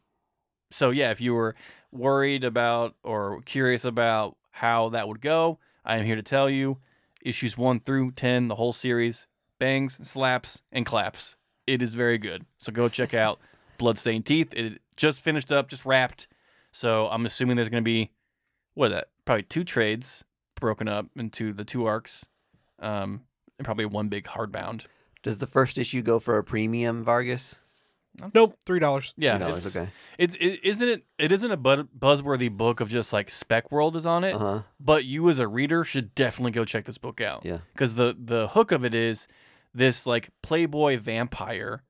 Speaker 2: so yeah, if you were worried about or curious about how that would go, I am here to tell you. Issues one through ten, the whole series bangs, slaps, and claps. It is very good. So go check out Bloodstained Teeth. It just finished up, just wrapped. So I'm assuming there's going to be what is that probably two trades broken up into the two arcs, um, and probably one big hardbound.
Speaker 1: Does the first issue go for a premium, Vargas?
Speaker 3: Nope, three dollars.
Speaker 2: Yeah,
Speaker 1: You know, it's
Speaker 2: it's-
Speaker 1: okay.
Speaker 2: It, it isn't it. It isn't a bu- buzzworthy book of just like Spec World is on it,
Speaker 1: Uh huh.
Speaker 2: but you as a reader should definitely go check this book out.
Speaker 1: Yeah.
Speaker 2: because the the hook of it is this like Playboy vampire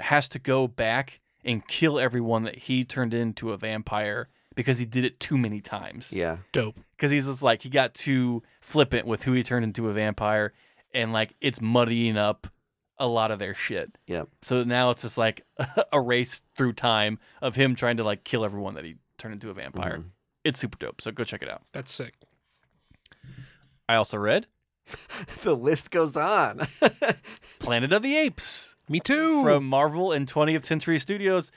Speaker 2: has to go back and kill everyone that he turned into a vampire because he did it too many times.
Speaker 1: Yeah.
Speaker 3: Dope.
Speaker 2: because he's just like he got too flippant with who he turned into a vampire, and like it's muddying up a lot of their shit.
Speaker 1: Yep.
Speaker 2: So now it's just like a race through time of him trying to like kill everyone that he turned into a vampire.
Speaker 1: Mhm.
Speaker 2: It's super dope. So go check it out.
Speaker 3: That's sick.
Speaker 2: I also read
Speaker 1: The list goes on.
Speaker 2: Planet of the Apes
Speaker 3: Me too.
Speaker 2: from Marvel and 20th Century Studios.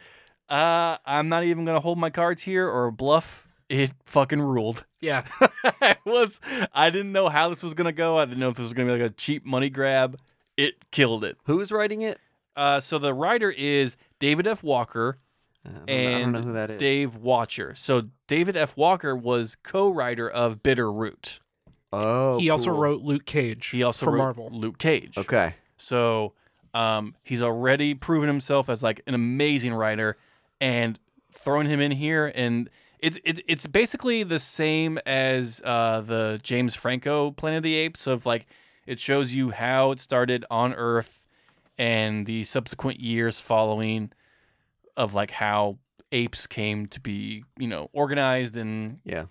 Speaker 2: Uh, I'm not even gonna hold my cards here or bluff. It fucking ruled.
Speaker 3: yeah.
Speaker 2: I was I didn't know how this was gonna go. I didn't know if this was gonna be like a cheap money grab. It killed it.
Speaker 1: Who's writing it?
Speaker 2: Uh, so the writer is David F. Walker
Speaker 1: I don't, know- I don't
Speaker 2: and
Speaker 1: know who that is.
Speaker 2: Dave Watcher. So David F. Walker was co-writer of Bitter Root.
Speaker 1: Oh.
Speaker 3: he also
Speaker 1: cool.
Speaker 3: wrote Luke Cage.
Speaker 2: He also
Speaker 3: for
Speaker 2: wrote
Speaker 3: Marvel.
Speaker 2: Luke Cage.
Speaker 1: Okay.
Speaker 2: So um, he's already proven himself as like an amazing writer, and throwing him in here and it, it it's basically the same as uh, the James Franco Planet of the Apes of like it shows you how it started on Earth and the subsequent years following of like how apes came to be you know organized and
Speaker 1: Yeah.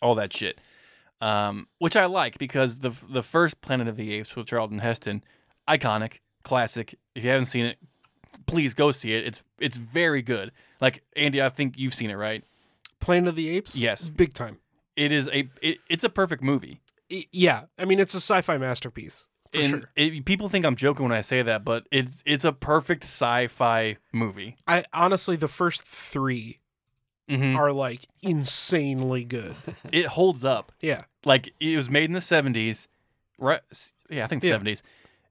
Speaker 2: all that shit. Um, which I like because the the first Planet of the Apes with Charlton Heston, iconic, classic. If you haven't seen it, please go see it. It's it's very good. Like Andy, I think you've seen it, right?
Speaker 3: Planet of the Apes.
Speaker 2: Yes.
Speaker 3: Big time.
Speaker 2: It is a it, it's a perfect movie.
Speaker 3: I- yeah. I mean, it's a sci-fi masterpiece for
Speaker 2: and
Speaker 3: sure.
Speaker 2: it, people think I'm joking when I say that, but it's it's a perfect sci-fi movie.
Speaker 3: I honestly, the first three
Speaker 2: Mhm.
Speaker 3: are like insanely good.
Speaker 2: It holds up.
Speaker 3: Yeah.
Speaker 2: like it was made in the 70s right yeah i think the
Speaker 3: Yeah.
Speaker 2: 70s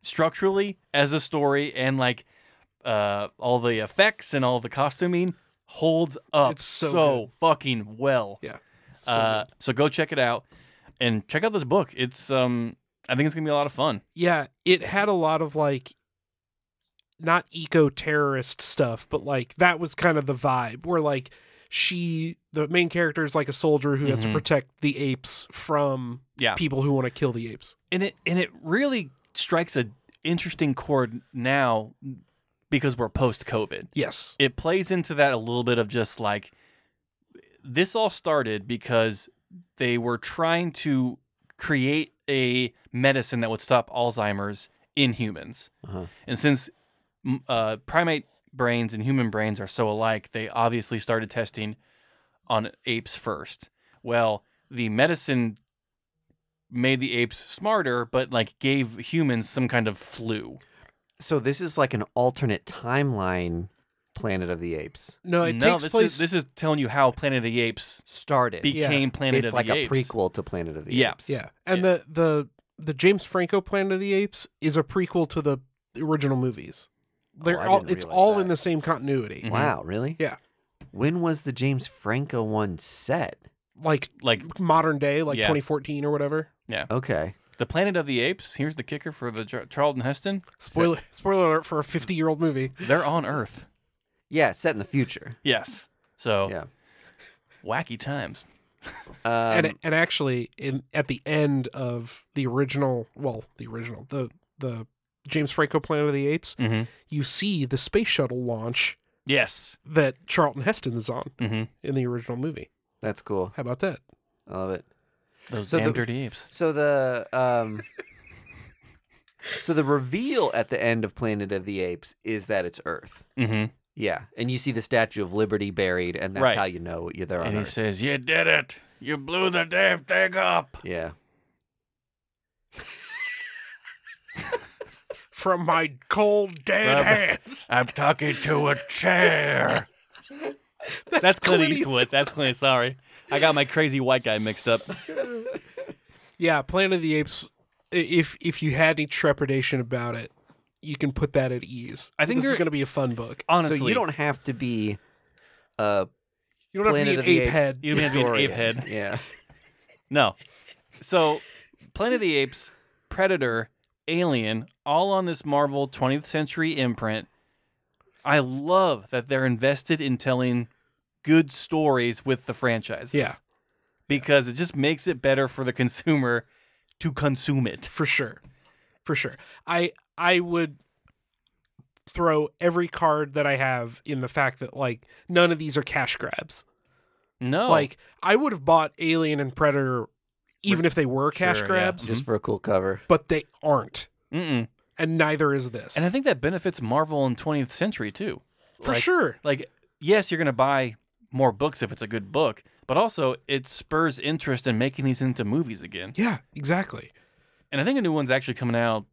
Speaker 2: structurally as a story and like uh all the effects and all the costuming holds up
Speaker 3: It's so
Speaker 2: fucking well
Speaker 3: Yeah.
Speaker 2: so,
Speaker 3: So
Speaker 2: uh,
Speaker 3: good.
Speaker 2: so go check it out and check out this book it's um i think it's gonna be a lot of fun
Speaker 3: yeah. It had a lot of like, not eco terrorist stuff, but like that was kind of the vibe where like she, the main character is like a soldier who has to
Speaker 2: Mhm.
Speaker 3: protect the apes from
Speaker 2: Yeah.
Speaker 3: people who want to kill the apes.
Speaker 2: and it and it really strikes a interesting chord now because we're post covid
Speaker 3: Yes.
Speaker 2: it plays into that a little bit of just like this all started because they were trying to create a medicine that would stop Alzheimer's in humans.
Speaker 1: Uh-huh.
Speaker 2: And since m- uh, primate brains and human brains are so alike, they obviously started testing on apes first. Well, the medicine made the apes smarter, but like gave humans some kind of flu.
Speaker 1: So this is like an alternate timeline Planet of the Apes.
Speaker 3: No, it
Speaker 2: no,
Speaker 3: takes
Speaker 2: this
Speaker 3: place.
Speaker 2: is this is telling you how Planet of the Apes
Speaker 1: Started.
Speaker 3: Yeah.
Speaker 2: became Planet
Speaker 1: it's
Speaker 2: of
Speaker 1: like
Speaker 2: the
Speaker 1: a
Speaker 2: Apes.
Speaker 1: prequel to Planet of the
Speaker 2: Yeah.
Speaker 1: Apes.
Speaker 3: Yeah, and the the the James Franco Planet of the Apes is a prequel to the original movies.
Speaker 2: Oh,
Speaker 3: They're
Speaker 1: I
Speaker 3: all
Speaker 1: didn't
Speaker 3: it's
Speaker 1: realize
Speaker 3: all
Speaker 1: that.
Speaker 3: in the same continuity.
Speaker 2: Mhm.
Speaker 1: Wow, really?
Speaker 3: Yeah.
Speaker 1: When was the James Franco one set?
Speaker 2: Mm-hmm.
Speaker 3: Like
Speaker 2: Like
Speaker 3: modern day, like
Speaker 2: Yeah.
Speaker 3: 2014 or whatever.
Speaker 1: Okay.
Speaker 2: the Planet of the Apes. Here's the kicker for the Char- Charlton Heston.
Speaker 3: Spoiler spoiler alert for a 50 year old movie.
Speaker 2: They're on Earth.
Speaker 1: Yeah, it's set in the future.
Speaker 2: Yes. So
Speaker 1: Yeah.
Speaker 2: wacky times.
Speaker 1: Um,
Speaker 3: and and actually, in at the end of the original, well, the original, the the James Franco Planet of the Apes,
Speaker 2: Mm-hmm.
Speaker 3: you see the space shuttle launch
Speaker 2: Yes.
Speaker 3: that Charlton Heston is on
Speaker 2: Mm-hmm.
Speaker 3: in the original movie.
Speaker 1: That's cool.
Speaker 3: How about that?
Speaker 1: I love it.
Speaker 2: Those
Speaker 1: So
Speaker 2: damn
Speaker 1: the-
Speaker 2: dirty apes.
Speaker 1: So the um So the reveal at the end of Planet of the Apes is that it's Earth.
Speaker 2: Mm-hmm.
Speaker 1: Yeah. And you see the Statue of Liberty buried and that's
Speaker 2: Right.
Speaker 1: how you know you're there on
Speaker 2: And he
Speaker 1: Earth.
Speaker 2: says, "You did it. You blew the damn thing up."
Speaker 1: yeah.
Speaker 3: From my cold dead
Speaker 2: Rub-
Speaker 3: hands.
Speaker 2: I'm talking to a chair. That's, Clint,
Speaker 3: Clint
Speaker 2: Eastwood. That's Clint. Sorry, I got my crazy white guy mixed up.
Speaker 3: Yeah, Planet of the Apes. i- If if you had any trepidation about it, you can put that at ease. I think
Speaker 2: think
Speaker 3: this is
Speaker 2: there-
Speaker 3: going to be a fun book.
Speaker 2: Honestly,
Speaker 1: So you don't have to be uh
Speaker 3: You don't have to
Speaker 1: Planet
Speaker 3: be
Speaker 1: of
Speaker 3: an
Speaker 1: the
Speaker 3: ape
Speaker 1: Apes.
Speaker 3: head.
Speaker 2: You don't have to be an ape
Speaker 1: historian.
Speaker 2: head.
Speaker 1: Yeah.
Speaker 2: No. So, Planet of the Apes, Predator, Alien, all on this Marvel 20th century imprint. I love that they're invested in telling good stories with the franchises.
Speaker 3: Yeah.
Speaker 2: Because it just makes it better for the consumer to consume it.
Speaker 3: for sure for sure i i would throw every card that i have in the fact that like none of these are cash grabs
Speaker 2: No.
Speaker 3: like i would have bought alien and predator even if they were cash
Speaker 2: Sure, yeah.
Speaker 3: grabs
Speaker 1: Just for a cool cover.
Speaker 3: but they aren't
Speaker 2: mm-mm.
Speaker 3: and neither is this
Speaker 2: And I think that benefits Marvel in 20th century too.
Speaker 3: for
Speaker 2: like-
Speaker 3: sure
Speaker 2: like yes you're going to buy more books if it's a good book but also it spurs interest in making these into movies again
Speaker 3: yeah exactly
Speaker 2: and i think a new one's actually coming out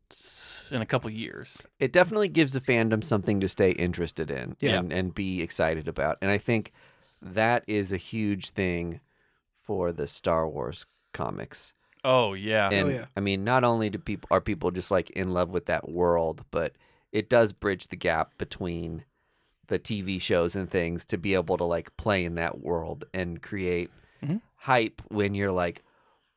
Speaker 2: in a couple years
Speaker 1: It definitely gives the fandom something to stay interested in
Speaker 3: Yeah.
Speaker 1: and, and be excited about. And I think that is a huge thing for the Star Wars comics.
Speaker 2: oh yeah
Speaker 1: And
Speaker 3: yeah.
Speaker 1: I mean, not only do people are people just like in love with that world, but it does bridge the gap between the TV shows and things to be able to like play in that world and create
Speaker 2: Mhm.
Speaker 1: hype when you're like,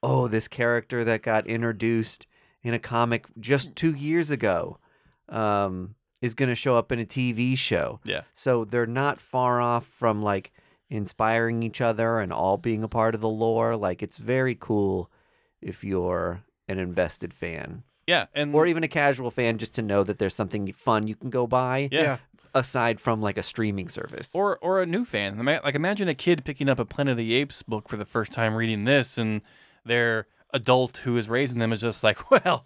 Speaker 1: oh, this character that got introduced in a comic just two years ago um, is going to show up in a TV show.
Speaker 2: yeah
Speaker 1: So they're not far off from like inspiring each other and all being a part of the lore. Like it's very cool if you're an invested fan
Speaker 2: yeah and
Speaker 1: or even a casual fan just to know that there's something fun you can go buy
Speaker 2: yeah.
Speaker 3: Yeah.
Speaker 1: aside from like a streaming service.
Speaker 2: or or a new fan Ima- like imagine a kid picking up a planet of the apes book for the first time reading this and their adult who is raising them is just like well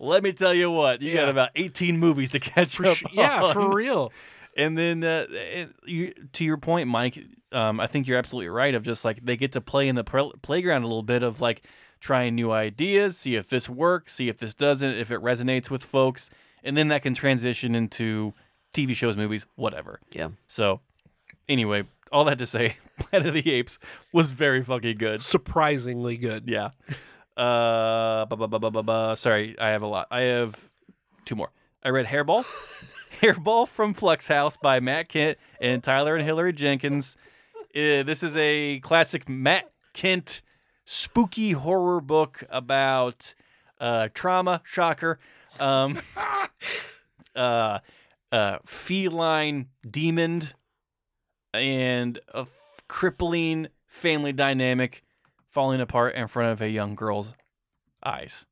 Speaker 2: let me tell you what you got
Speaker 3: Yeah.
Speaker 2: about 18 movies to catch
Speaker 3: for
Speaker 2: up
Speaker 3: sh- yeah
Speaker 2: on.
Speaker 3: for real
Speaker 2: And then uh, it, you, to your point, Mike, um, I think you're absolutely right. Of just like they get to play in the pre- playground a little bit of like trying new ideas, see if this works, see if this doesn't, if it resonates with folks, and then that can transition into TV shows, movies, whatever.
Speaker 1: yeah.
Speaker 2: So, anyway, all that to say, Planet of the Apes was very fucking good.
Speaker 3: surprisingly good
Speaker 2: Yeah. Uh, bu- bu- bu- bu- bu- bu- sorry, I have a lot. I have two more. I read Hairball, Hairball from Flux House by Matt Kent and Tyler and Hillary Jenkins. Uh, this is a classic Matt Kent spooky horror book about uh, trauma. Shocker. Um, uh, uh, feline demon and a f- crippling family dynamic falling apart in front of a young girl's eyes.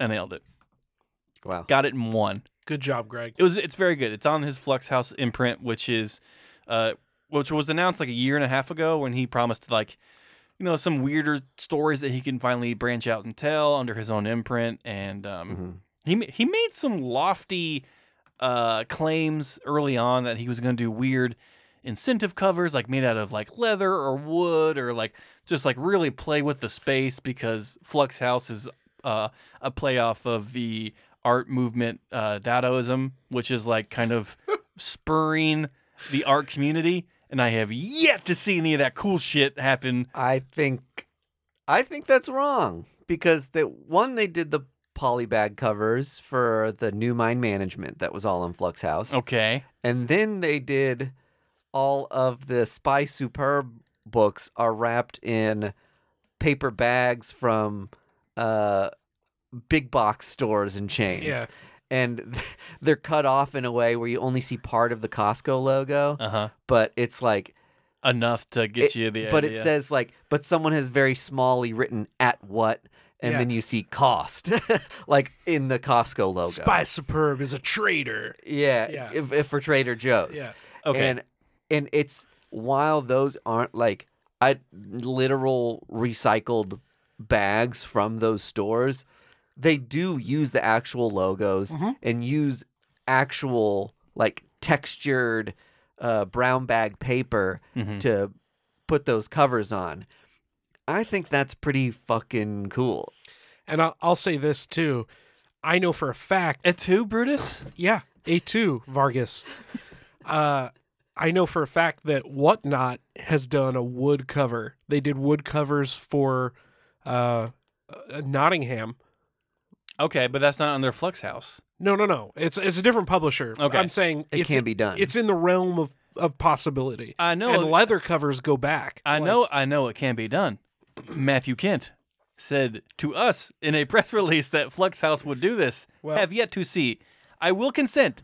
Speaker 2: I nailed it.
Speaker 1: Wow.
Speaker 2: Got it in one.
Speaker 3: good job greg
Speaker 2: It was. It's very good. It's on his Flux House imprint, which is, uh, which was announced like a year and a half ago when he promised like, you know, some weirder stories that he can finally branch out and tell under his own imprint. And um,
Speaker 1: Mhm.
Speaker 2: he ma- he made some lofty uh, claims early on that he was going to do weird incentive covers like made out of like leather or wood or like just like really play with the space because Flux House is uh, a play off of the art movement uh, Dadaism, which is like kind of spurring the art community. And I have yet to see any of that cool shit happen.
Speaker 1: I think I think that's wrong because that one they did the polybag covers for the new mine management that was all in Flux House.
Speaker 2: Okay.
Speaker 1: And then they did all of the Spy Superb books are wrapped in paper bags from uh, big box stores and chains.
Speaker 3: Yeah.
Speaker 1: And they're cut off in a way where you only see part of the Costco logo,
Speaker 2: Uh huh.
Speaker 1: but it's like,
Speaker 2: Enough to get
Speaker 1: it-
Speaker 2: you the
Speaker 1: but
Speaker 2: idea.
Speaker 1: it says like, but someone has very smallly written at what, and
Speaker 3: Yeah.
Speaker 1: then you see cost, like in the Costco
Speaker 2: Oh,
Speaker 1: logo.
Speaker 3: spy superb is a traitor
Speaker 1: Yeah,
Speaker 3: Yeah.
Speaker 1: If, if for Trader Joe's.
Speaker 3: Yeah.
Speaker 2: Okay.
Speaker 1: And and it's while those aren't like I literal recycled bags from those stores, they do use the actual logos and use actual like textured uh, brown bag paper to put those covers on. I think that's pretty fucking cool.
Speaker 3: And I'll, I'll say this too. I know for a fact
Speaker 2: It's who, Brutus?
Speaker 3: Yeah, A2 Vargas. Uh, I know for a fact that Whatnot has done a wood cover. They did wood covers for uh, uh, Nottingham.
Speaker 2: Okay, but that's not on their Flux House.
Speaker 3: No, no, no. It's it's a different publisher.
Speaker 2: Okay.
Speaker 3: I'm saying
Speaker 1: It
Speaker 3: it's,
Speaker 1: can be done.
Speaker 3: It's in the realm of, of possibility.
Speaker 2: I know.
Speaker 3: And leather covers go back.
Speaker 2: I
Speaker 3: Like,
Speaker 2: know, I know it can be done. Matthew Kent said to us in a press release that Flux House would do this.
Speaker 3: Well-
Speaker 2: Have yet to see. I will consent.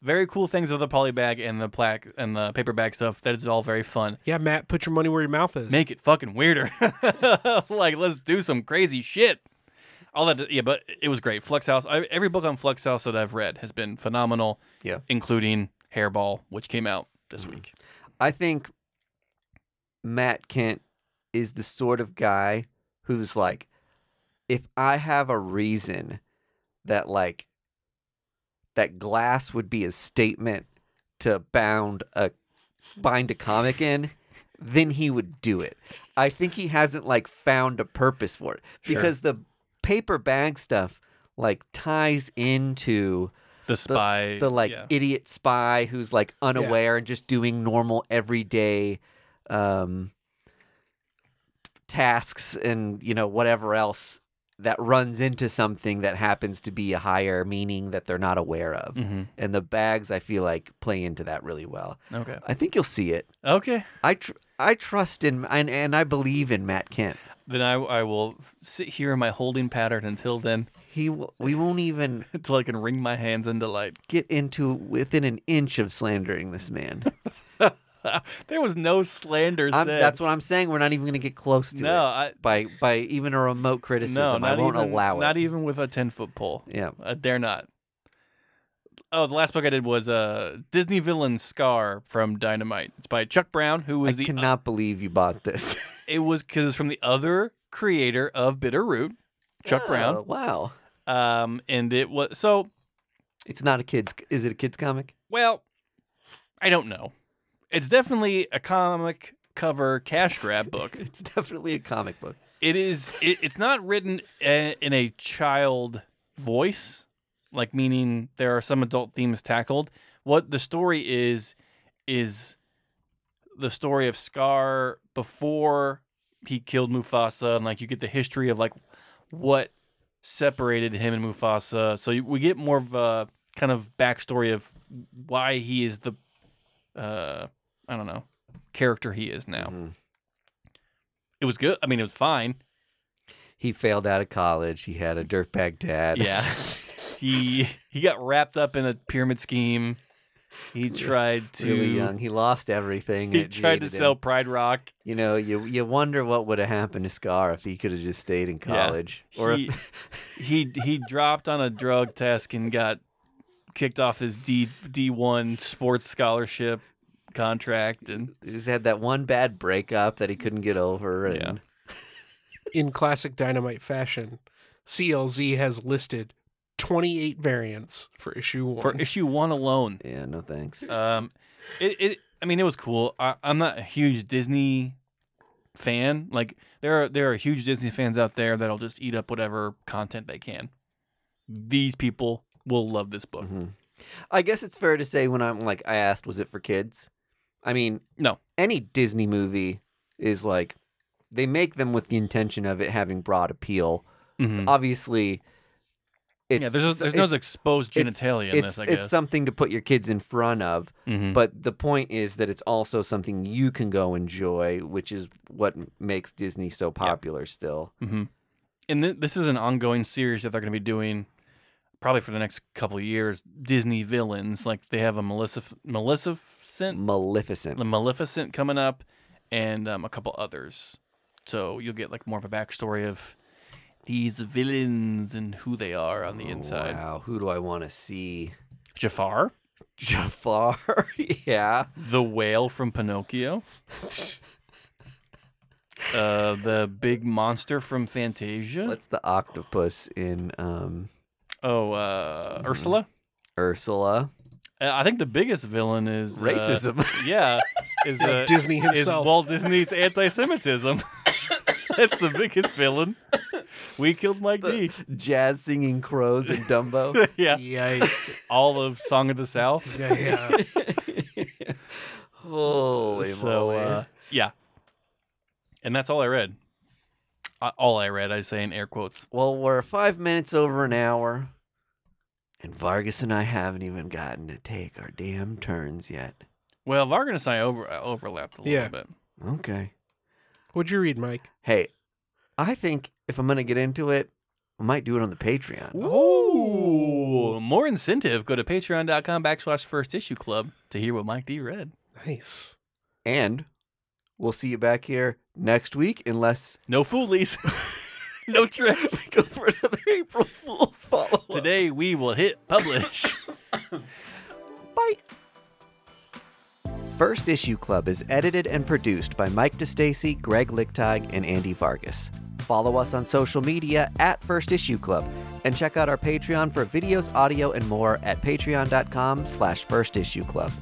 Speaker 2: Very cool things of the poly bag and the plaque and the paper bag stuff. That is all very fun.
Speaker 3: Yeah, Matt, put your money where your mouth is.
Speaker 2: Make it fucking weirder. like let's do some crazy shit. All that, yeah, but it was great. Flux House. I, every book on Flux House that I've read has been phenomenal,
Speaker 1: Yeah.
Speaker 2: including Hairball, which came out this week.
Speaker 1: I think Matt Kent is the sort of guy who's like, if I have a reason that like that glass would be a statement to bound a bind a comic in, then he would do it. I think he hasn't like found a purpose for it
Speaker 2: Sure.
Speaker 1: because the paper bag stuff like ties into
Speaker 2: The spy,
Speaker 1: the like
Speaker 2: yeah.
Speaker 1: idiot spy who's like unaware and just doing normal everyday um tasks and you know whatever else that runs into something that happens to be a higher meaning that they're not aware of
Speaker 2: Mhm.
Speaker 1: and the bags i feel like play into that really well
Speaker 2: Okay.
Speaker 1: i think you'll see it
Speaker 2: Okay.
Speaker 1: i tr- i trust in and, and i believe in matt kent
Speaker 2: Then I, I will f- sit here in my holding pattern until then,
Speaker 1: he w- we won't even
Speaker 2: until I can wring my hands in delight.
Speaker 1: get into within an inch of slandering this man
Speaker 2: There was no slander
Speaker 1: I'm,
Speaker 2: said.
Speaker 1: that's what I'm saying. We're not even going to get close to
Speaker 2: no,
Speaker 1: it
Speaker 2: I,
Speaker 1: by by even a remote
Speaker 2: no,
Speaker 1: criticism.
Speaker 2: not
Speaker 1: I won't
Speaker 2: even,
Speaker 1: allow it.
Speaker 2: Not even with a ten foot pole.
Speaker 1: Yeah.
Speaker 2: I dare not. Oh, the last book I did was uh, Disney villain Scar from Dynamite. It's by Chuck Brown, who was
Speaker 1: I
Speaker 2: the uh,
Speaker 1: cannot believe you bought this.
Speaker 2: it was because it's from the other creator of Bitterroot, Chuck
Speaker 1: Oh,
Speaker 2: Brown.
Speaker 1: wow.
Speaker 2: Um, and it was so
Speaker 1: It's not a kids. Is it a kids comic?
Speaker 2: Well, I don't know. It's definitely a comic cover cash grab book.
Speaker 1: It's definitely a comic book.
Speaker 2: it is. It, it's not written a, in a child voice, like meaning there are some adult themes tackled. What the story is is the story of Scar before he killed Mufasa, and like you get the history of like what separated him and Mufasa. So you- we get more of a kind of backstory of why he is the, uh, I don't know, character he is now.
Speaker 1: Mhm.
Speaker 2: It was good. I mean, it was fine.
Speaker 1: He failed out of college. He had a dirtbag dad.
Speaker 2: Yeah. he he got wrapped up in a pyramid scheme. He tried to
Speaker 1: Really young. He lost everything.
Speaker 2: he
Speaker 1: that
Speaker 2: tried to
Speaker 1: jaded him.
Speaker 2: sell Pride Rock.
Speaker 1: You know, you you wonder what would have happened to Scar if he could have just stayed in
Speaker 2: Yeah.
Speaker 1: college,
Speaker 2: Or
Speaker 1: or
Speaker 2: he,
Speaker 1: if
Speaker 2: he he dropped on a drug test and got kicked off his D D one sports scholarship contract and
Speaker 1: he just had that one bad breakup that he couldn't get over. And
Speaker 2: Yeah.
Speaker 3: In classic Dynamite fashion, CLZ has listed 28 variants for issue one.
Speaker 2: for issue one alone.
Speaker 1: yeah, no thanks.
Speaker 2: Um, it, it I mean it was cool. I, I'm not a huge Disney fan. Like there are there are huge Disney fans out there that'll just eat up whatever content they can. These people will love this book.
Speaker 1: Mhm. I guess it's fair to say when I'm like, I asked, was it for kids? I mean,
Speaker 2: No.
Speaker 1: Any Disney movie is like, they make them with the intention of it having broad appeal.
Speaker 2: Mhm.
Speaker 1: Obviously, it's
Speaker 2: yeah, there's there's no
Speaker 1: it's-
Speaker 2: exposed
Speaker 1: it's-
Speaker 2: genitalia in
Speaker 1: it's,
Speaker 2: this. I
Speaker 1: it's
Speaker 2: guess.
Speaker 1: something to put your kids in front of,
Speaker 2: Mhm.
Speaker 1: but the point is that it's also something you can go enjoy, which is what m- makes Disney so popular still.
Speaker 2: and th- this is an ongoing series that they're going to be doing probably for the next couple of years. Disney villains like they have a Melissa Maleficent
Speaker 1: Maleficent.
Speaker 2: the Maleficent coming up, and um, a couple others. So you'll get like more of a backstory of these villains and who they are on the inside.
Speaker 1: Wow, who do I want to see?
Speaker 2: Jafar,
Speaker 1: Jafar. yeah.
Speaker 2: The whale from Pinocchio. uh, the big monster from Fantasia.
Speaker 1: What's the octopus in um,
Speaker 2: oh, uh, Ursula.
Speaker 1: Ursula?
Speaker 2: Uh, I think the biggest villain is uh,
Speaker 1: Racism.
Speaker 2: yeah, is uh,
Speaker 3: Disney
Speaker 2: is
Speaker 3: himself.
Speaker 2: Walt Disney's anti-Semitism. That's the biggest villain. We killed Mike D.
Speaker 1: Jazz singing crows in Dumbo.
Speaker 2: Yeah,
Speaker 3: Yikes.
Speaker 2: all of Song of the South.
Speaker 3: yeah, yeah.
Speaker 1: Holy
Speaker 2: so
Speaker 1: moly.
Speaker 2: uh, yeah, and that's all I read. I, all I read, I say in air quotes.
Speaker 1: well, we're five minutes over an hour, and Vargas and I haven't even gotten to take our damn turns yet.
Speaker 2: Well, Vargas and I over, uh, overlapped a little
Speaker 3: Yeah.
Speaker 2: bit.
Speaker 1: Okay.
Speaker 3: What'd you read, Mike?
Speaker 1: Hey, I think if I'm going to get into it, I might do it on the Patreon.
Speaker 2: Ooh, more incentive. Go to patreon.com backslash first issue club to hear what Mike D read.
Speaker 3: Nice.
Speaker 1: And we'll see you back here next week, unless
Speaker 2: No foolies, no tricks.
Speaker 1: go for another April Fool's follow
Speaker 2: Today we will hit publish.
Speaker 1: Bye. First Issue Club is edited and produced by Mike DeStacy, Greg Lichtag, and Andy Vargas. Follow us on social media at First Issue Club and check out our Patreon for videos, audio, and more at patreon.com slash first issue club.